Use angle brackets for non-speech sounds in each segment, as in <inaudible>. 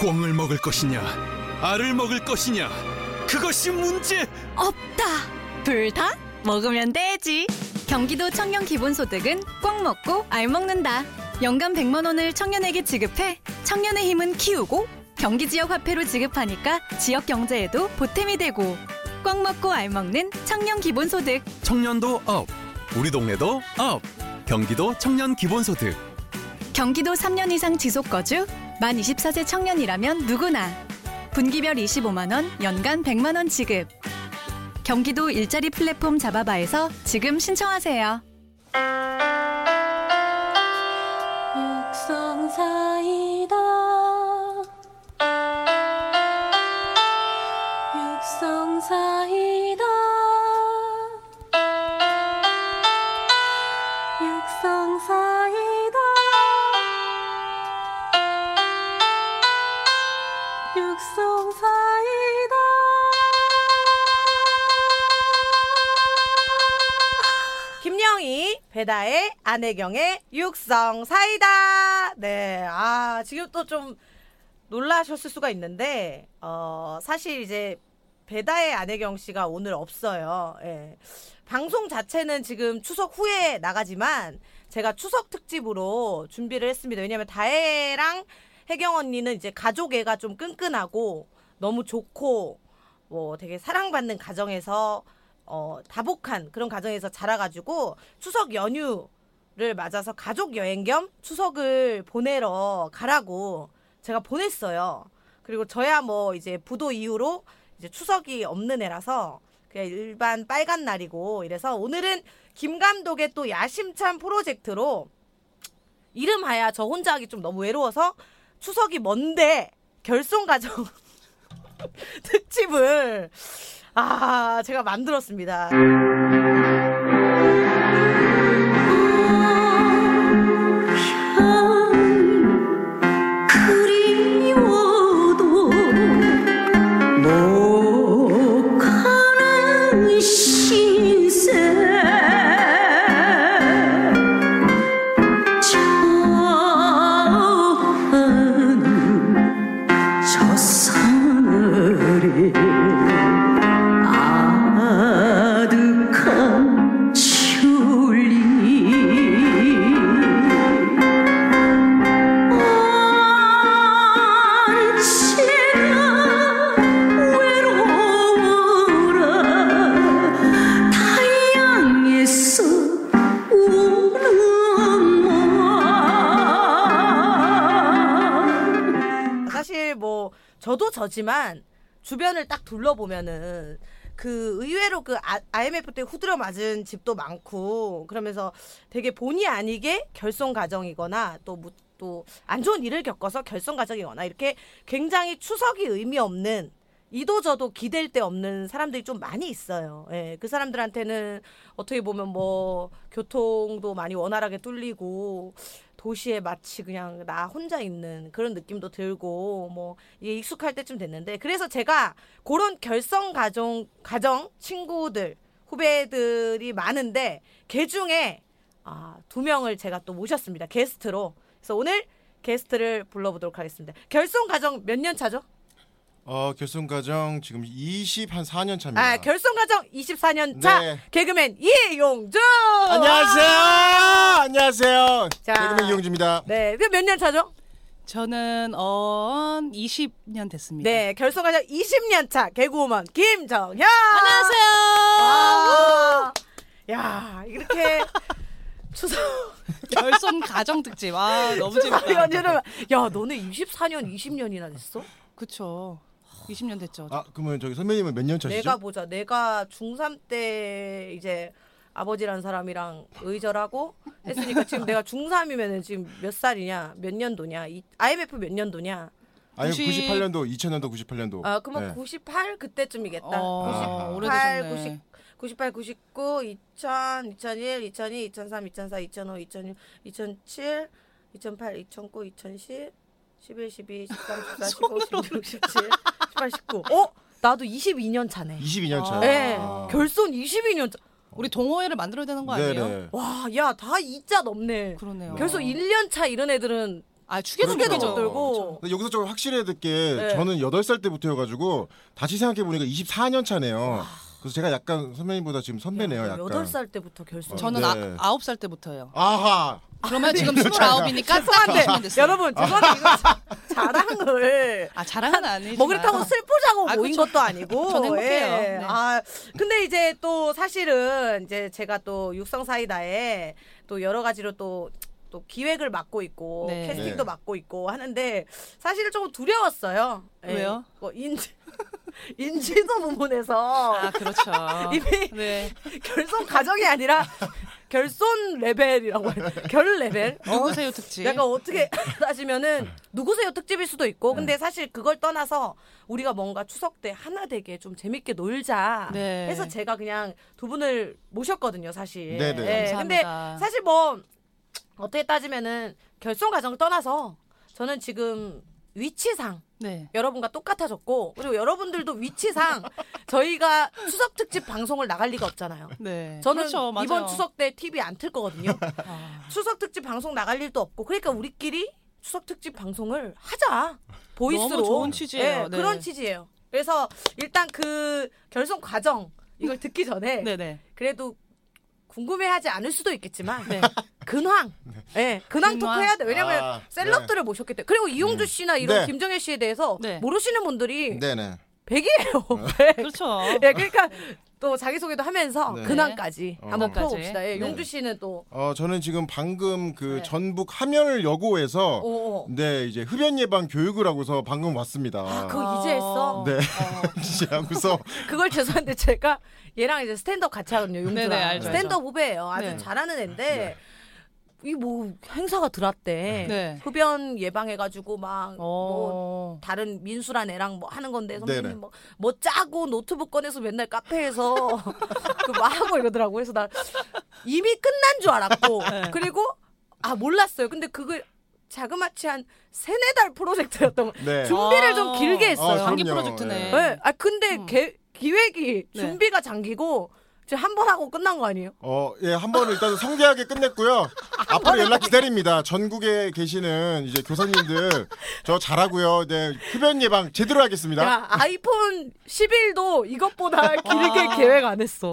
꿩을 먹을 것이냐 알을 먹을 것이냐 그것이 문제 없다. 둘 다 먹으면 되지. 경기도 청년 기본소득은 꽉 먹고 알 먹는다. 연간 100만 원을 청년에게 지급해 청년의 힘은 키우고 경기 지역 화폐로 지급하니까 지역 경제에도 보탬이 되고 꽉 먹고 알 먹는 청년 기본소득. 청년도 업 우리 동네도 업 경기도 청년 기본소득 경기도 3년 이상 지속 거주 만 24세 청년이라면 누구나 분기별 25만 원, 연간 100만 원 지급. 경기도 일자리 플랫폼 잡아봐에서 지금 신청하세요. 육성사이다 육성사이다 육성사이다 육성사이다 김영희, 배다의 안혜경의 육성 사이다. 네, 아 지금 또 좀 놀라셨을 수가 있는데, 어 사실 이제 배다의 안혜경 씨가 오늘 없어요. 예. 방송 자체는 지금 추석 후에 나가지만 제가 추석 특집으로 준비를 했습니다. 왜냐면 다혜랑 혜경 언니는 이제 가족애가 좀 끈끈하고 너무 좋고 뭐 되게 사랑받는 가정에서 어, 다복한 그런 가정에서 자라가지고 추석 연휴를 맞아서 가족 여행 겸 추석을 보내러 가라고 제가 보냈어요. 그리고 저야 뭐 이제 부도 이후로 이제 추석이 없는 애라서 그냥 일반 빨간 날이고 이래서 오늘은 김 감독의 또 야심찬 프로젝트로 이름하야 저 혼자 하기 좀 너무 외로워서 추석이 먼데 결손 가정 <laughs> 특집을 아 제가 만들었습니다. 참 그리워도 못 가는 신세 저는 저 사늘이 아득한 줄리 언제나 외로워라 타양에서 우는 맘 사실 뭐 저도 저지만 주변을 딱 둘러보면은 그 의외로 그 아, IMF 때 후드려 맞은 집도 많고 그러면서 되게 본의 아니게 결손 가정이거나 또 또 안 좋은 일을 겪어서 결손 가정이거나 이렇게 굉장히 추석이 의미 없는 이도 저도 기댈 데 없는 사람들이 좀 많이 있어요. 예, 그 사람들한테는 어떻게 보면 뭐 교통도 많이 원활하게 뚫리고 도시에 마치 그냥 나 혼자 있는 그런 느낌도 들고 뭐 이게 익숙할 때쯤 됐는데 그래서 제가 그런 결성 가정 가정 친구들 후배들이 많은데 그 중에 아, 두 명을 제가 또 모셨습니다 게스트로 그래서 오늘 게스트를 불러보도록 하겠습니다 결성 가정 몇 년 차죠? 어 결승 과정 지금 20한 4년 차입니다. 아 결성 가정 24년 차 음. 네. 개그맨 이용준 안녕하세요. 안녕하세요. 자. 개그맨 이용주입니다. 네몇 년 차죠? 저는 어 20년 됐습니다. 네 결성 가정 20년 차 개그우먼 김정현 안녕하세요. 아, 야 이렇게 <laughs> 추석 <laughs> 결손 가정 특집. 아 너무 추석 재밌다. 연휴를 야 너는 24년 20년이나 됐어? 그쵸. 20년 됐죠. 아 그러면 저기 선배님은 몇 년 차시죠? 내가 보자 내가 중3 때 이제 아버지라는 사람이랑 의절하고 했으니까 지금 내가 중3이면은 지금 몇 살이냐 몇 년도냐 이, IMF 몇 년도냐 아니 90 98년도 2000년도 98년도. 아 그러면 네. 98 그때쯤이겠다 어, 98 오래되셨네. 90 98, 99, 2000, 2001, 2002, 2003, 2004, 2005, 2006, 2007, 2008, 2009, 2010, 11, 12, 13, <laughs> 14, 15, 16, 17, 18, 19. 어? 나도 22년 차네. 22년 차. 아. 네, 아. 결손 22년 차. 우리 동호회를 만들어야 되는 거 아니에요? 네네. 와, 야, 다 2자 넘네. 그러네요. 결손 1년 차 이런 애들은 아 축에도 그렇죠. 크게도 못 그렇죠. 돌고 근데 여기서 좀 확실해야 될 게 네. 저는 8살 때부터여가지고 다시 생각해보니까 24년 차네요. 그래서 제가 약간 선배님보다 지금 선배네요. 약간. 여덟 살 때부터 결승. 저는 네. 아, 아홉 살 때부터예요. 아하. 그러면 지금 스물아홉이니까 딱 죄송한데 맞추면 됐어요. 여러분 죄송한데 이거 자- 자랑을 아 자랑은 아니지만 뭐 그렇다고 슬프자고 아, 모인 그쵸. 것도 <laughs> 아니고. 전 행복해요. 예. 네. 아 근데 이제 또 사실은 이제 제가 또 육성 사이다에 또 여러 가지로 또. 또 기획을 맡고 있고 네. 캐스팅도 네. 맡고 있고 하는데 사실은 조금 두려웠어요. 예. 왜요? 뭐 인지 <laughs> 인지도 부분에서 아 그렇죠. <laughs> 이미- 네. <laughs> 결손 가정이 아니라 결손 레벨이라고 해요. 결 레벨. 누구세요 특집? 약간 네. 어떻게 <laughs> 네. 따지면은 누구세요 특집일 수도 있고 근데 사실 그걸 떠나서 우리가 뭔가 추석 때 하나 되게 좀 재밌게 놀자 네. 해서 제가 그냥 두 분을 모셨거든요 사실. 네네. 예, 근데 감사합니다. 사실 뭐 어떻게 따지면은 결손 가정 떠나서 저는 지금 위치상 네. 여러분과 똑같아졌고 그리고 여러분들도 위치상 저희가 추석 특집 방송을 나갈 리가 없잖아요. 네. 저는 그렇죠, 맞아요. 이번 추석 때 TV 안 틀 <laughs> 거거든요. 아. 추석 특집 방송 나갈 일도 없고 그러니까 우리끼리 추석 특집 방송을 하자. 보이스로. 너무 좋은 취지예요. 예, 네. 그런 취지예요. 그래서 일단 그 결성 과정 이걸 듣기 전에 네네. 그래도 궁금해하지 않을 수도 있겠지만 네. 근황, 예, 근황 근황. 토크 해야 돼. 왜냐면 아, 셀럽들을 모셨기 때문에 그리고 이용주 씨나 이런 네. 김정일 씨에 대해서 네. 모르시는 분들이 네네. 백이에요 백. <laughs> 그렇죠. 예, 그러니까 또 자기 소개도 하면서 네. 근황까지 어. 한번 근황까지. 풀어봅시다. 예, 네. 용주 씨는 또 어 저는 지금 방금 그 네. 전북 함열 여고에서 오. 네 이제 흡연 예방 교육을 하고서 방금 왔습니다. 아, 그거 이제 했어. 네. 어. <laughs> 이제 하고서 그걸 죄송한데 제가 얘랑 이제 스탠드업 같이 하거든요. 네네, 용주랑 알죠, 스탠드업 후배예요. 아주 네. 잘하는 애인데 이 뭐 행사가 들었대. 네. 흡연 예방해가지고 막뭐 어. 다른 민수란 애랑 뭐 하는 건데 네네. 선배님 뭐, 뭐 짜고 노트북 꺼내서 맨날 카페에서 <laughs> 그 막 하고 이러더라고. 그래서 나 이미 끝난 줄 <laughs> 알았고 네. 그리고 아 몰랐어요. 근데 그걸 자그마치 한 세네 달 프로젝트였던 거. 네. 준비를 아. 좀 길게 했어요. 아, 장기 그럼요. 프로젝트네. 예. 네. 아 근데 개- 기획이 네. 준비가 잠기고 이제 한 번 하고 끝난 거 아니에요? 어예한 번 일단 성대하게 끝냈고요. 앞으로 연락 기다립니다. 전국에 계시는 이제 교사님들 저 잘하고요. 네 흡연 예방 제대로 하겠습니다. 야 아이폰 11도 <laughs> 이것보다 길게 아. 계획 안 했어.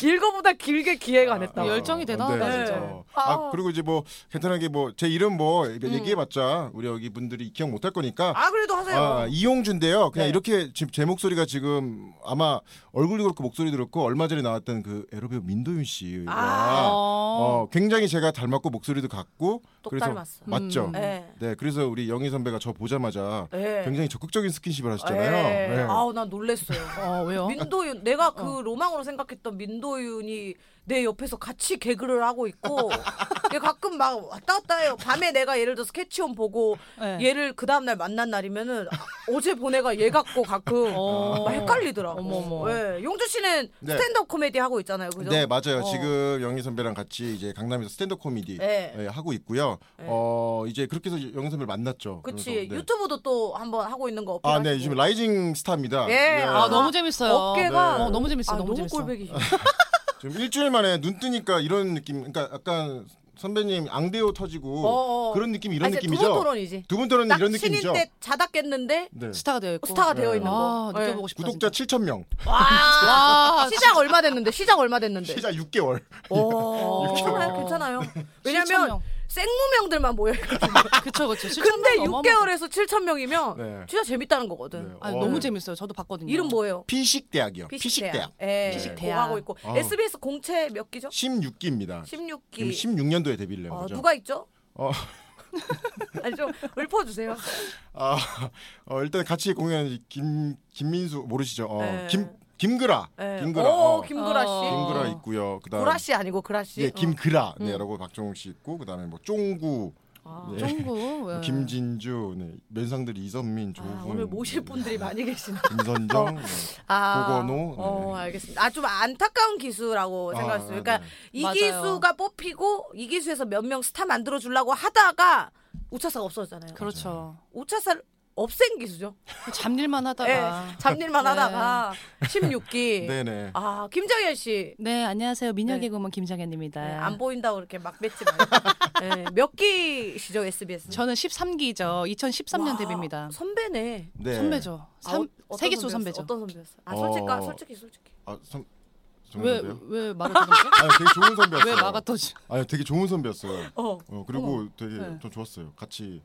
일거보다 길게 기획 안 했다. 아, 고 열- 열정이 대단하다, 네. 진짜. 어. 아 그리고 이제 뭐 괜찮게 뭐 제 이름 뭐 얘기해봤자 우리 여기 분들이 기억 못할 거니까 아 그래도 하세요. 아, 이용준인데요. 그냥 네. 이렇게 지금 제 목소리가 지금 아마 얼굴도 그렇고 목소리도 그렇고 얼마 전에 나왔던 그 에로배우 민도윤 씨. 아. 어. 어, 굉장히 제가 닮았고 목소리도 같고 똑 그래서 닮았어. 맞죠. 음. 네. 네, 그래서 우리 영희 선배가 저 보자마자 네. 굉장히 적극적인 스킨십을 예. 하시잖아요. 네. 아우 난 놀랬어요. 어, 왜요? 어. 민도윤 내가 그 로망으로 생각했던 민도윤이 내 옆에서 같이 개그를 하고 <laughs> 있고 얘 가끔 막 왔다 갔다 해요. 밤에 내가 예를 들어 스케치온 보고 네. 얘를 그 다음 날 만난 날이면은 아, 어제 본 애가 얘 같고 가끔 어. 막 헷갈리더라고. 어머, 어머. 예. 용주 씨는 네. 스탠드업 코미디 하고 있잖아요. 그죠? 네, 맞아요. 어. 지금 영희 선배랑 같이 이제 강남에서 스탠드 코미디 네. 예, 하고 있고요. 어, 이제 그렇게 해서 영희 선배를 만났죠. 그치 그래서, 네. 유튜브도 또 한번 하고 있는 거 어필. 아, 네, 요즘 라이징 스타입니다. 예. 네. 아, 너무 재밌어요. 어깨가 네. 어, 너무 재밌어. 아, 너무, 너무 재밌어. 꼴배기. 싫어. 지금 일주일 만에 눈 뜨니까 이런 느낌, 그러니까 약간 선배님 앙대호 터지고 어어. 그런 느낌 이런 아, 이제 느낌이죠. 두번 토론이지. 두분 토론은 딱 이런 신인 느낌이죠. 때 자다 깼는데 네. 스타가 되어 있고. 스타가 되어 있는 거. 아, 예. 느껴보고 아, 싶다. 구독자 진짜. 7천 명, 와, 시작 얼마 됐는데? 시작 얼마 됐는데? 시작 네. 6개월. 어. 오, 괜찮아요, 어. <laughs> 괜찮아요. 실천명. 왜냐면 생무명들만 모여 있거든요. 그쵸 그쵸. 실천 근데 너무 6개월에서 7천 명이면 네. 진짜 재밌다는 거거든. 네. 어마어마- 아, 어. 너무 재밌어요. 저도 봤거든요. 이름 뭐예요? 피식 대학이요. 피식 대학. 피식대학. 예, 피식대학. 그거 하고 있고 어. SBS 공채 몇 기죠? 16기입니다. 16기. 16년도에 데뷔를 한 어, 거죠. 누가 있죠? 어, <laughs> 아니 좀 읊어주세요. 아, 어, 일단 같이 공연 김 김민수 모르시죠? 어, 네. 김 김그라, 예. 오, 김그라, 어, 김구라 씨. 어. 김그라 있고요. 그다음 구라 씨 음. 아니고 그라 씨. 예, 김그라, 네라고 박정욱 씨 있고 그다음에 뭐 쫑구, 어. 네. 정구. 예. 김진주, 네. 면상들이 이선민, 조훈, 아, 오늘 모실 분들이 많이 계시네. 김선정, 네. 아, 고건호, 어, 네. 알겠습니다. 아, 좀 안타까운 기수라고 아, 생각했어요. 네. 그러니까 이 맞아요. 기수가 뽑히고 이 기수에서 몇 명 스타 만들어 주려고 하다가 우차사가 없어졌잖아요. 그렇죠. 우차사를 없앤 기수죠. 잡일만 예, 하다가. 잡일만 네. 하다가 16기. <laughs> 네네. 아, 김정현 씨. 네 안녕하세요. 미녀 네. 개그우먼 김정현입니다. 네, 안 보인다고 이렇게 막 뱉지 말고 <laughs> 네, 몇 기시죠 SBS? 저는 13기죠. 2013년 데뷔입니다. 선배네. 네. 선배죠. 아, 삼, 어- 어떤 세기수 선배였어? 선배죠. 어떤 선배였어? 아 어. 솔직히 아, 솔직히 솔직히. 아, 선, 왜, 정말요? 왜 말을 터졌죠? 아, 되게 좋은 선배였어요. 왜 막아 터지? 아, 되게 좋은 선배였어요. 어. 어, 그리고 되게 네. 좀 좋았어요. 같이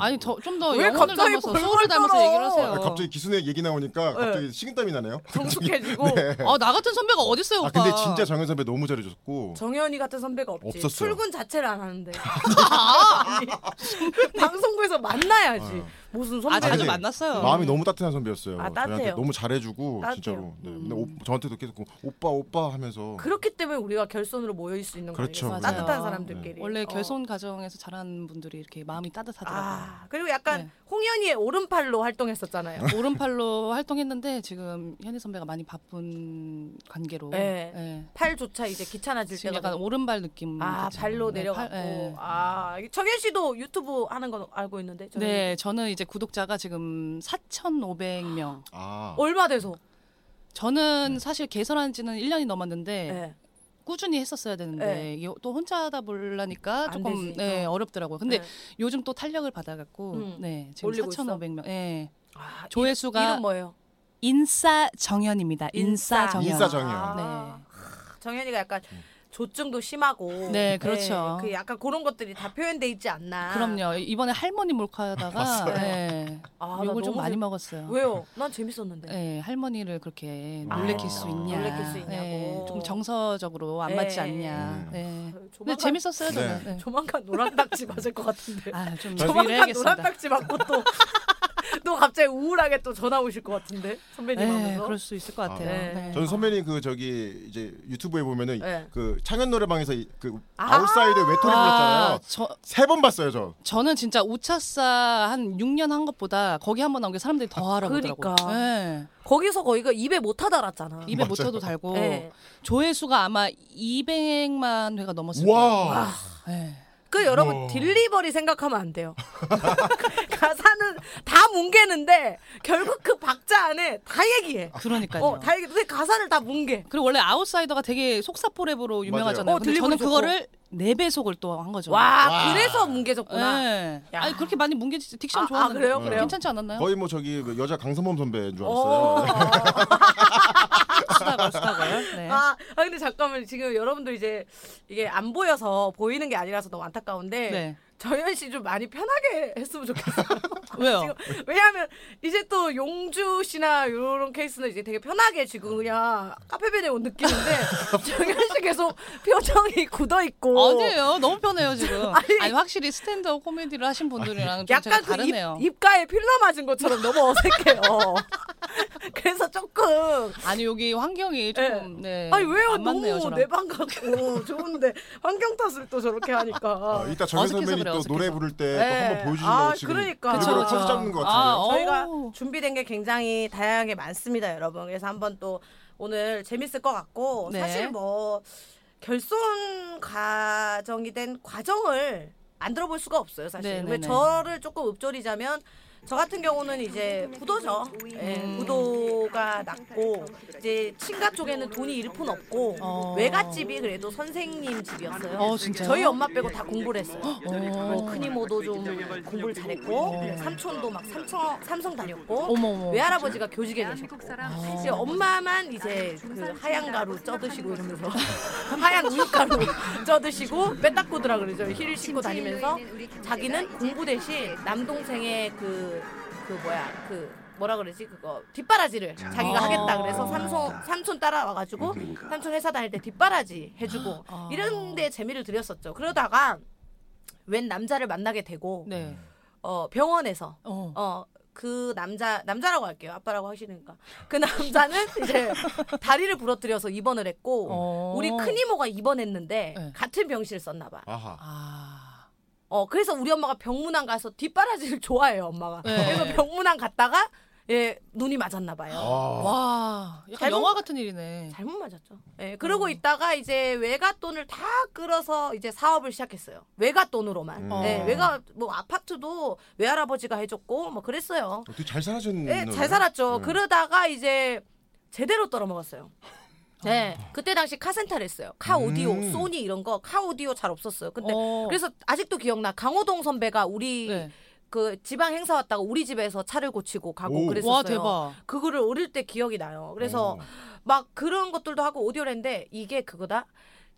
아니 좀 더 왜 영혼을 갑자기 담아서 벌벌 소울을 담아서 떨어? 얘기를 하세요. 뭐. 아, 갑자기 기순의 얘기 나오니까 네. 갑자기 식은땀이 나네요. 성숙해지고 아, 나 같은 선배가 어딨어요, <laughs> 아 오빠. 근데 진짜 정현 선배 너무 잘해줬고 정현이 같은 선배가 없지. 없었어요. 출근 자체를 안 <laughs> 하는데. 아니, 방송국에서 만나야지. 어. 무슨 선배? 아, 자주 근데 만났어요. 마음이 너무 따뜻한 선배였어요. 아, 따뜻해요. 저희한테 너무 잘해주고 따뜻해요. 진짜로. 네. 근데 오- 저한테도 계속 그 오빠 오빠 하면서 그렇기 때문에 우리가 결손으로 모여일 수 있는 그렇죠. 거예요. 맞아요. 따뜻한 사람들끼리. 네. 원래 어. 결손 가정에서 자란 분들이 이렇게 마음이 따뜻하더라고요. 아 그리고 약간 네. 홍현이의 오른팔로 활동했었잖아요. 네. 오른팔로 활동했는데 지금 현희 선배가 많이 바쁜 관계로 네. 예. 팔조차 이제 귀찮아질 지금 때가 약간 됐- 오른발 느낌. 아 그죠? 발로 네, 내려가고 팔- 예. 아 정현 씨도 유튜브 하는 건 알고 있는데 정현 씨. 네, 저는 이제 구독자가 지금 4,500명. 아 얼마 돼서 저는 사실 개설한 지는 1년이 넘었는데 네. 꾸준히 했었어야 되는데 네. 이게 또 혼자 하다 보려니까 안 조금 되지. 네, 어. 어렵더라고요. 근데 네. 요즘 또 탄력을 받아갖고 음. 네, 지금 올리고 4,500명. 예. 아, 조회수가 이름 뭐예요? 인싸 정현입니다. 인싸 네. 정현. 인싸 정연. 아, 정현이가 약간 조증도 심하고 네, 그렇죠. 그 약간 그런 것들이 다 표현돼 있지 않나. 그럼요. 이번에 할머니 몰카하다가 예. 아, 나 욕을 좀 너무 많이 슬- 먹었어요. 왜요? 난 재밌었는데. 예, 할머니를 그렇게 놀래킬 아. 수 있냐? 네. 놀래킬 수 있냐고. 예, 좀 정서적으로 안 예. 맞지 않냐? 음. 네. 예. 근데 아, 조만간- 네. 재밌었어요 저는. 예. 조만간 노란딱지 맞을 것 같은데. 아, 좀 조만간 그 유의해야겠습니다. 노란딱지 맞고 또. <laughs> 또 갑자기 우울하게 또 전화 오실 것 같은데 선배님 예, 하면서 그럴 수 있을 것 같아요. 네. 네. 저는 선배님 그 저기 이제 유튜브에 보면은 네. 그 창현 노래방에서 이- 그 아. 아웃사이드 외톨이 아, 불렀잖아요. 저 세 번 봤어요 저. 저는 진짜 우차싸 한 6년 한 것보다 거기 한 번 나온 게 사람들이 더 알아보더라고요. 그러니까. 예. 거기서 거기가 입에 못 하달았잖아. 입에 모터도 달고 예. 조회수가 아마 200만 회가 넘었을 거예요. 와. 예. 그 여러분 딜리버리 생각하면 안 돼요. <laughs> 가사는 다 뭉개는데 결국 그 박자 안에 다 얘기해. 아. 그러니까요. 어, 다 얘기. 근데 가사를 다 뭉개. 그리고 원래 아웃사이더가 되게 속사포랩으로 유명하잖아요. 맞아요. 어, 근데 들리고 저는 좋고. 그거를 네 배속을 또 한 거죠. 와, 그래서 뭉개졌구나. 예. 야. 아니 그렇게 많이 뭉개지 딕션 아, 아, 좋았는데 네. 그래요? 그래요? 괜찮지 않았나요? 거의 뭐 저기 여자 강선범 선배인 줄 오. <laughs> 알았어요. 수다가 수다가요. 네. <laughs> 아, 아, 근데 잠깐만 지금 여러분들 이제 이게 안 보여서 보이는 게 아니라서 너무 안타까운데 네. 정현 씨 좀 많이 편하게 했으면 좋겠어요. <laughs> 왜요? 지금 왜냐하면 이제 또 용주 씨나 이런 케이스는 이제 되게 편하게 지금 그냥 카페베네 온 <laughs> 느낌인데 정현 씨 계속 표정이 굳어 있고 아니에요. 너무 편해요 <laughs> 지금. 아니. 아니, 확실히 스탠드업 코미디를 하신 분들이랑 좀 약간 제가 그 입, 다르네요. 입가에 필러 맞은 것처럼 너무 어색해요. <laughs> 그래서 조금 아니 여기 환경이 조금 네. 예. 아니 왜요 안 맞네요, 너무 저랑. 내방 같고 좋은데 환경 탓을 또 저렇게 하니까 아, 이따 정현 어색해서 선배님 그래요, 또 노래 어색해서. 부를 때 또 네. 한번 보여주시는 아, 거 지금 그러니까. 일부러 그쵸, 컨셉 그쵸. 잡는 것 같은데. 아, 네, 저희가 어우. 준비된 게 굉장히 다양하게 많습니다, 여러분. 그래서 한번 또 오늘 재밌을 것 같고 네. 사실 뭐 결손 과정이 된 과정을 안 들어볼 수가 없어요, 사실. 네, 네, 근데 네. 저를 조금 읊조리자면 저 같은 경우는 이제 구도죠. 예, 음. 구도가 낮고 이제 친가 쪽에는 돈이 일푼 없고 어. 외갓집이 그래도 선생님 집이었어요. 어, 진짜요? 저희 엄마 빼고 다 공부를 했어요. 어. 뭐 큰이모도 좀 공부를 잘했고 삼촌도 막 삼청, 삼성 다녔고 어머, 아. 어머. 외할아버지가 교직에 계셨고 이제 엄마만 이제 그 하얀 가루 쪄드시고 이러면서 하얀 우유가루 쪄드시고 빼딱구드라 그러죠 힐을 신고 다니면서 자기는 공부 대신 남동생의 그, 그 뭐야 그 뭐라 그러지 그거 뒷바라지를 자기가 어. 아. 하겠다 그래서 삼촌 삼촌 따라와가지고 삼촌 회사 다닐 때 뒷바라지 해주고 아. 이런데 재미를 들였었죠 그러다가 웬 남자를 만나게 되고 네. 어 병원에서 어. 어 그 남자 남자라고 할게요 아빠라고 하시니까 그 <laughs> 남자는 이제 다리를 부러뜨려서 입원을 했고 어. 우리 큰 이모가 입원했는데 네. 같은 병실 썼나 봐. 아하. 아. 어 그래서 우리 엄마가 병문안 가서 뒷바라지를 <laughs> 좋아해요 엄마가. 네. 그래서 병문안 갔다가 예 눈이 맞았나 봐요. 아. 와, 약간 잘못- 영화 같은 일이네. 잘못 맞았죠. 예 그러고 어. 있다가 이제 외갓돈을 다 끌어서 이제 사업을 시작했어요. 외갓돈으로만. 음. 어. 예 외가 뭐 아파트도 외할아버지가 해줬고 뭐 그랬어요. 음, 되게 잘 살아셨네. 예, 잘 살았죠. 네. 아. 그러다가 이제 제대로 떨어먹었어요. 네. 그때 당시 카센터를 했어요. 카 오디오, 음. 소니 이런 거 카 오디오 잘 없었어요. 근데 어. 그래서 아직도 기억나. 강호동 선배가 우리 네. 그 지방 행사 왔다가 우리 집에서 차를 고치고 가고 오. 그랬었어요. 와 대박. 그거를 어릴 때 기억이 나요. 그래서 어. 막 그런 것들도 하고 오디오를 했는데 이게 그거다.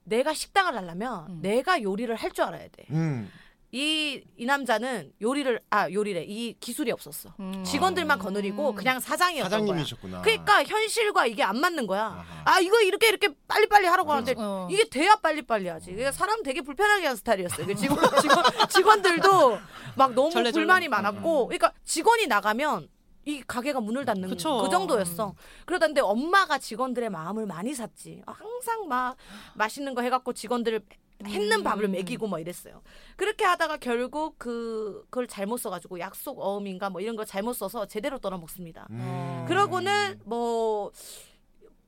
내가 식당을 하려면 음. 내가 요리를 할 줄 알아야 돼. 음. 이 이 남자는 요리를 아 요리래 이 기술이 없었어. 음. 직원들만 거느리고 그냥 사장이었던 거야. 사장님이셨구나. 그러니까 현실과 이게 안 맞는 거야. 아하. 아 이거 이렇게 이렇게 빨리빨리 하라고 하는데 어. 네. 이게 돼야 빨리빨리 하지. 이게 사람 되게 불편하게 하는 스타일이었어요. 그 직원, <laughs> 직원 직원들도 막 너무 절레절레. 음. 불만이 많았고, 그러니까 직원이 나가면 이 가게가 문을 닫는 그쵸. 그 정도였어. 그러다 근데 엄마가 직원들의 마음을 많이 샀지. 항상 막 맛있는 거 해갖고 직원들을 했는 음. 밥을 먹이고 뭐 이랬어요. 그렇게 하다가 결국 그 그걸 잘못 써가지고 약속 어음인가 뭐 이런 걸 잘못 써서 제대로 떠나 먹습니다. 어. 음. 그러고는 뭐,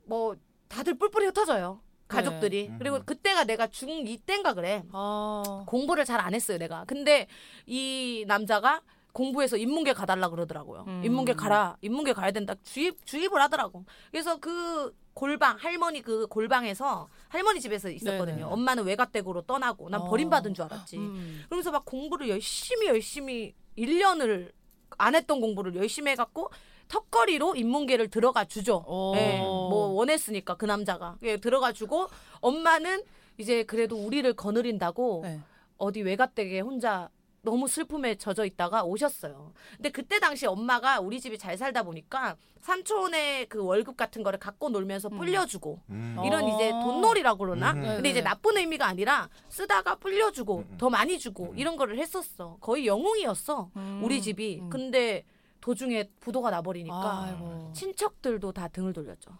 뭐, 다들 뿔뿔이 흩어져요. 가족들이. 네. 그리고 그때가 내가 중2 땐가 그래. 아. 어. 공부를 잘 안 했어요, 내가. 근데 이 남자가 공부해서 인문계 가달라 그러더라고요. 음. 인문계 가라. 인문계 가야 된다. 주입, 주입을 하더라고. 그래서 그 골방, 할머니 그 골방에서 할머니 집에서 있었거든요. 네네. 엄마는 외가댁으로 떠나고 난 어. 버림받은 줄 알았지. 음. 그러면서 막 공부를 열심히 열심히 1년을 안 했던 공부를 열심히 해갖고 턱걸이로 인문계를 들어가 주죠. 어. 예, 뭐 원했으니까 그 남자가 예, 들어가 주고 엄마는 이제 그래도 우리를 거느린다고 네. 어디 외갓댁에 혼자 너무 슬픔에 젖어 있다가 오셨어요. 근데 그때 당시 엄마가 우리 집이 잘 살다 보니까 삼촌의 그 월급 같은 거를 갖고 놀면서 불려주고 음. 어. 이런 이제 돈놀이라고 그러나? 음. 근데 이제 네네. 음. 나쁜 의미가 아니라 쓰다가 불려주고 더 많이 주고 이런 거를 했었어. 거의 영웅이었어. 음. 우리 집이. 근데 도중에 부도가 나버리니까 아이고. 친척들도 다 등을 돌렸죠.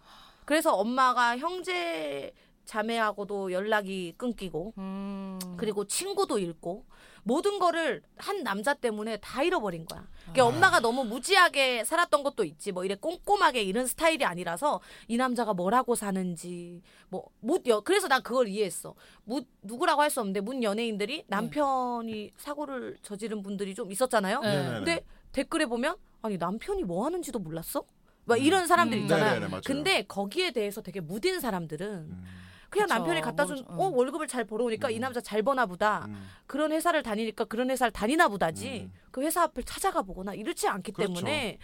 그래서 엄마가 형제 자매하고도 연락이 끊기고 음. 그리고 친구도 잃고 모든 거를 한 남자 때문에 다 잃어버린 거야. 아. 그러니까 엄마가 너무 무지하게 살았던 것도 있지 뭐 이래 꼼꼼하게 이런 스타일이 아니라서 이 남자가 뭐라고 사는지 뭐못 그래서 난 그걸 이해했어. 무, 누구라고 할 수 없는데 문 네. 연예인들이 남편이 사고를 저지른 분들이 좀 있었잖아요. 네. 네네네. 근데 댓글에 보면 아니 남편이 뭐 하는지도 몰랐어? 막 이런 사람들 음. 있잖아. 네네네, 맞아요. 근데 거기에 대해서 되게 무딘 사람들은 음. 그냥 그쵸, 남편이 갖다 준 모르죠. 어, 월급을 잘 벌어오니까 이 남자 잘 버나 보다. 음. 그런 회사를 다니니까 그런 회사를 다니나 보다지. 음. 그 회사 앞을 찾아가 보거나 이렇지 않기 그렇죠. 아. 때문에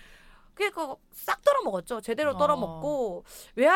그게 그싹 떨어먹었죠. 제대로 어. 떨어먹고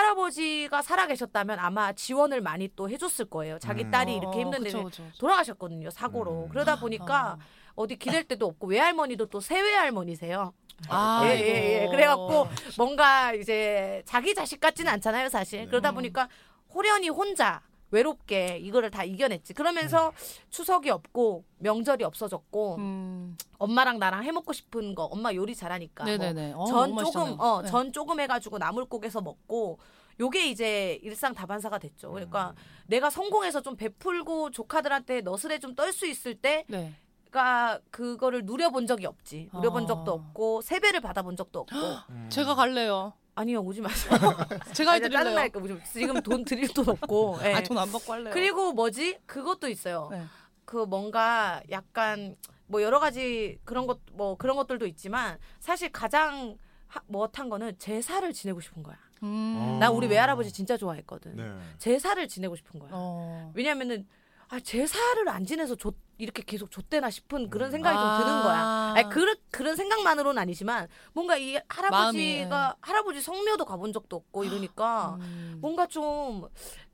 외할아버지가 살아계셨다면 아마 지원을 많이 또 해줬을 거예요. 자기 음. 딸이 어, 이렇게 힘든데 그쵸, 그쵸, 그쵸. 돌아가셨거든요 사고로. 음. 그러다 보니까 어디 기댈 데도 없고 외할머니도 또 새외할머니세요. 아, 예, 아이고. 예, 예. 그래갖고 뭔가 이제 자기 자식 같지는 않잖아요, 네. 사실. 그러다 보니까 호련히 혼자 외롭게 이거를 다 이겨냈지. 그러면서 네. 추석이 없고 명절이 없어졌고 음. 엄마랑 나랑 해먹고 싶은 거 엄마 요리 잘하니까 뭐 네네네. 어, 전 너무 조금 맛있잖아요. 어, 네. 전 조금 해가지고 나물국에서 먹고 요게 이제 일상 다반사가 음. 됐죠. 그러니까 내가 성공해서 좀 베풀고 조카들한테 너스레 좀 떨 수 있을 때 네. 가 그거를 누려본 적이 없지. 누려본 아. 적도 없고 세배를 받아본 적도 없고. <gasps> 음. 제가 갈래요. 아니요 오지 마세요. 제가 아니, 해드릴래요. 짜증나니까 오지 마세요. 지금 돈 드릴 돈 없고. 예. <laughs> 아, 돈안 받고 할래요. 그리고 뭐지 그것도 있어요. 네. 그 뭔가 약간 뭐 여러 가지 그런 것 뭐 그런 것들도 있지만 사실 가장 하- 뭐한 거는 제사를 지내고 싶은 거야. 음. 나 우리 외할아버지 진짜 좋아했거든. 네. 제사를 지내고 싶은 거야. 어. 왜냐면은 아 제사를 안 지내서 좆- 이렇게 계속 좆대나 싶은 그런 생각이 아. 좀 드는 거야. 아니 그런 그런 생각만으로는 아니지만 뭔가 이 마음이, 예. 아, 할아버지가 할아버지 성묘도 가본 적도 없고 이러니까 음. 뭔가 좀.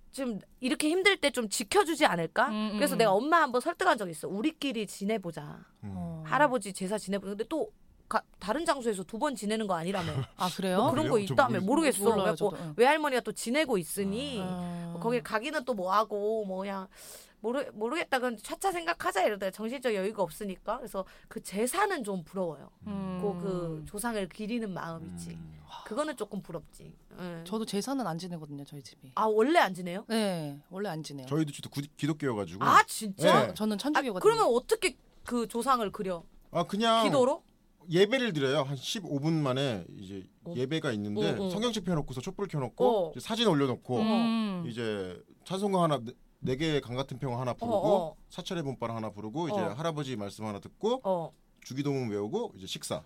좀 이렇게 힘들 때 좀 지켜주지 않을까? 음, 음, 그래서 음. 내가 엄마 한번 설득한 적 있어. 우리끼리 지내보자. 음. 어. 할아버지 제사 지내보자. 근데 또 가- 다른 장소에서 두 번 지내는 거 아니라며. 아 그래요? 뭐 그런 거 그래요? 저 있다며. 모르겠어요. 모르겠어. 몰라요, 그래갖고 저도. 응. 외할머니가 또 지내고 있으니 아. 거기 가기는 또 뭐하고 뭐야 모르 모르겠다 그건 차차 생각하자 이러다 정신적 여유가 없으니까 그래서 그 제사는 좀 부러워요. 음. 그, 그 조상을 기리는 마음이지. 그거는 조금 부럽지. 예. 저도 제사는 안 지내거든요 저희 집이. 아 원래 안 지내요? 네 원래 안 지내요. 저희도 진짜 구- 기독교여가지고. 아 진짜? 음. 네. 저는 아, 천주교거든요. 그러면 어떻게 그 조상을 그려? 아, 그냥 기도로? 예배를 드려요. 한 15분 만에 이제 어. 예배가 있는데 어, 어. 성경책 펴놓고서 촛불 켜놓고 어. 이제 사진 올려놓고 음. 이제 찬송가 하나 네 개의 강 같은 평 하나 부르고 어, 어. 사찰의 분바라 하나 부르고 이제 어. 할아버지 말씀 하나 듣고 어. 주기도문 외우고 이제 식사.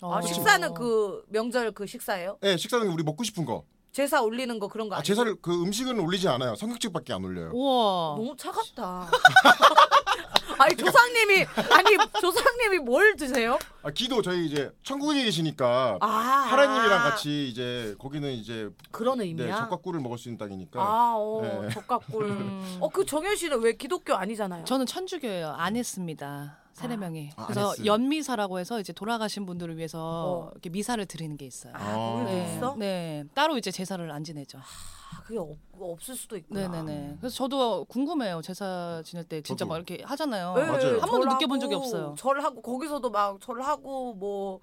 어. 아 식사는 그 명절 그 식사예요? 예, 식사는 우리 먹고 싶은 거. 제사 올리는 거 그런 거 아, 아니에요? 제사를 그 음식은 올리지 않아요. 성격집밖에 안 올려요. 우와. 너무 차갑다. <laughs> 아니 조상님이 아니 조상님이 뭘 드세요? 아, 기도 저희 이제 천국에 계시니까 아 하나님이랑 같이 이제 거기는 이제 그런 네, 의미야. 적과 꿀을 먹을 수 있는 땅이니까 아, 어, 네. 적각골. <laughs> 어그 정현 씨는 왜 기독교 아니잖아요. 저는 천주교예요. 안 했습니다. 세례명이. 아, 안 그래서 했어요. 연미사라고 해서 이제 돌아가신 분들을 위해서 어. 이렇게 미사를 드리는 게 있어요. 아, 그런 게 네. 있어? 네. 따로 이제 제사를 안 지내죠. 아, 그게 없, 없을 수도 있구나. 네네네. 그래서 저도 궁금해요. 제사 지낼 때 진짜 저도. 막 이렇게 하잖아요. 네, 맞아요. 한 번도 절하고, 느껴본 적이 없어요. 절하고 거기서도 막 절하고 뭐,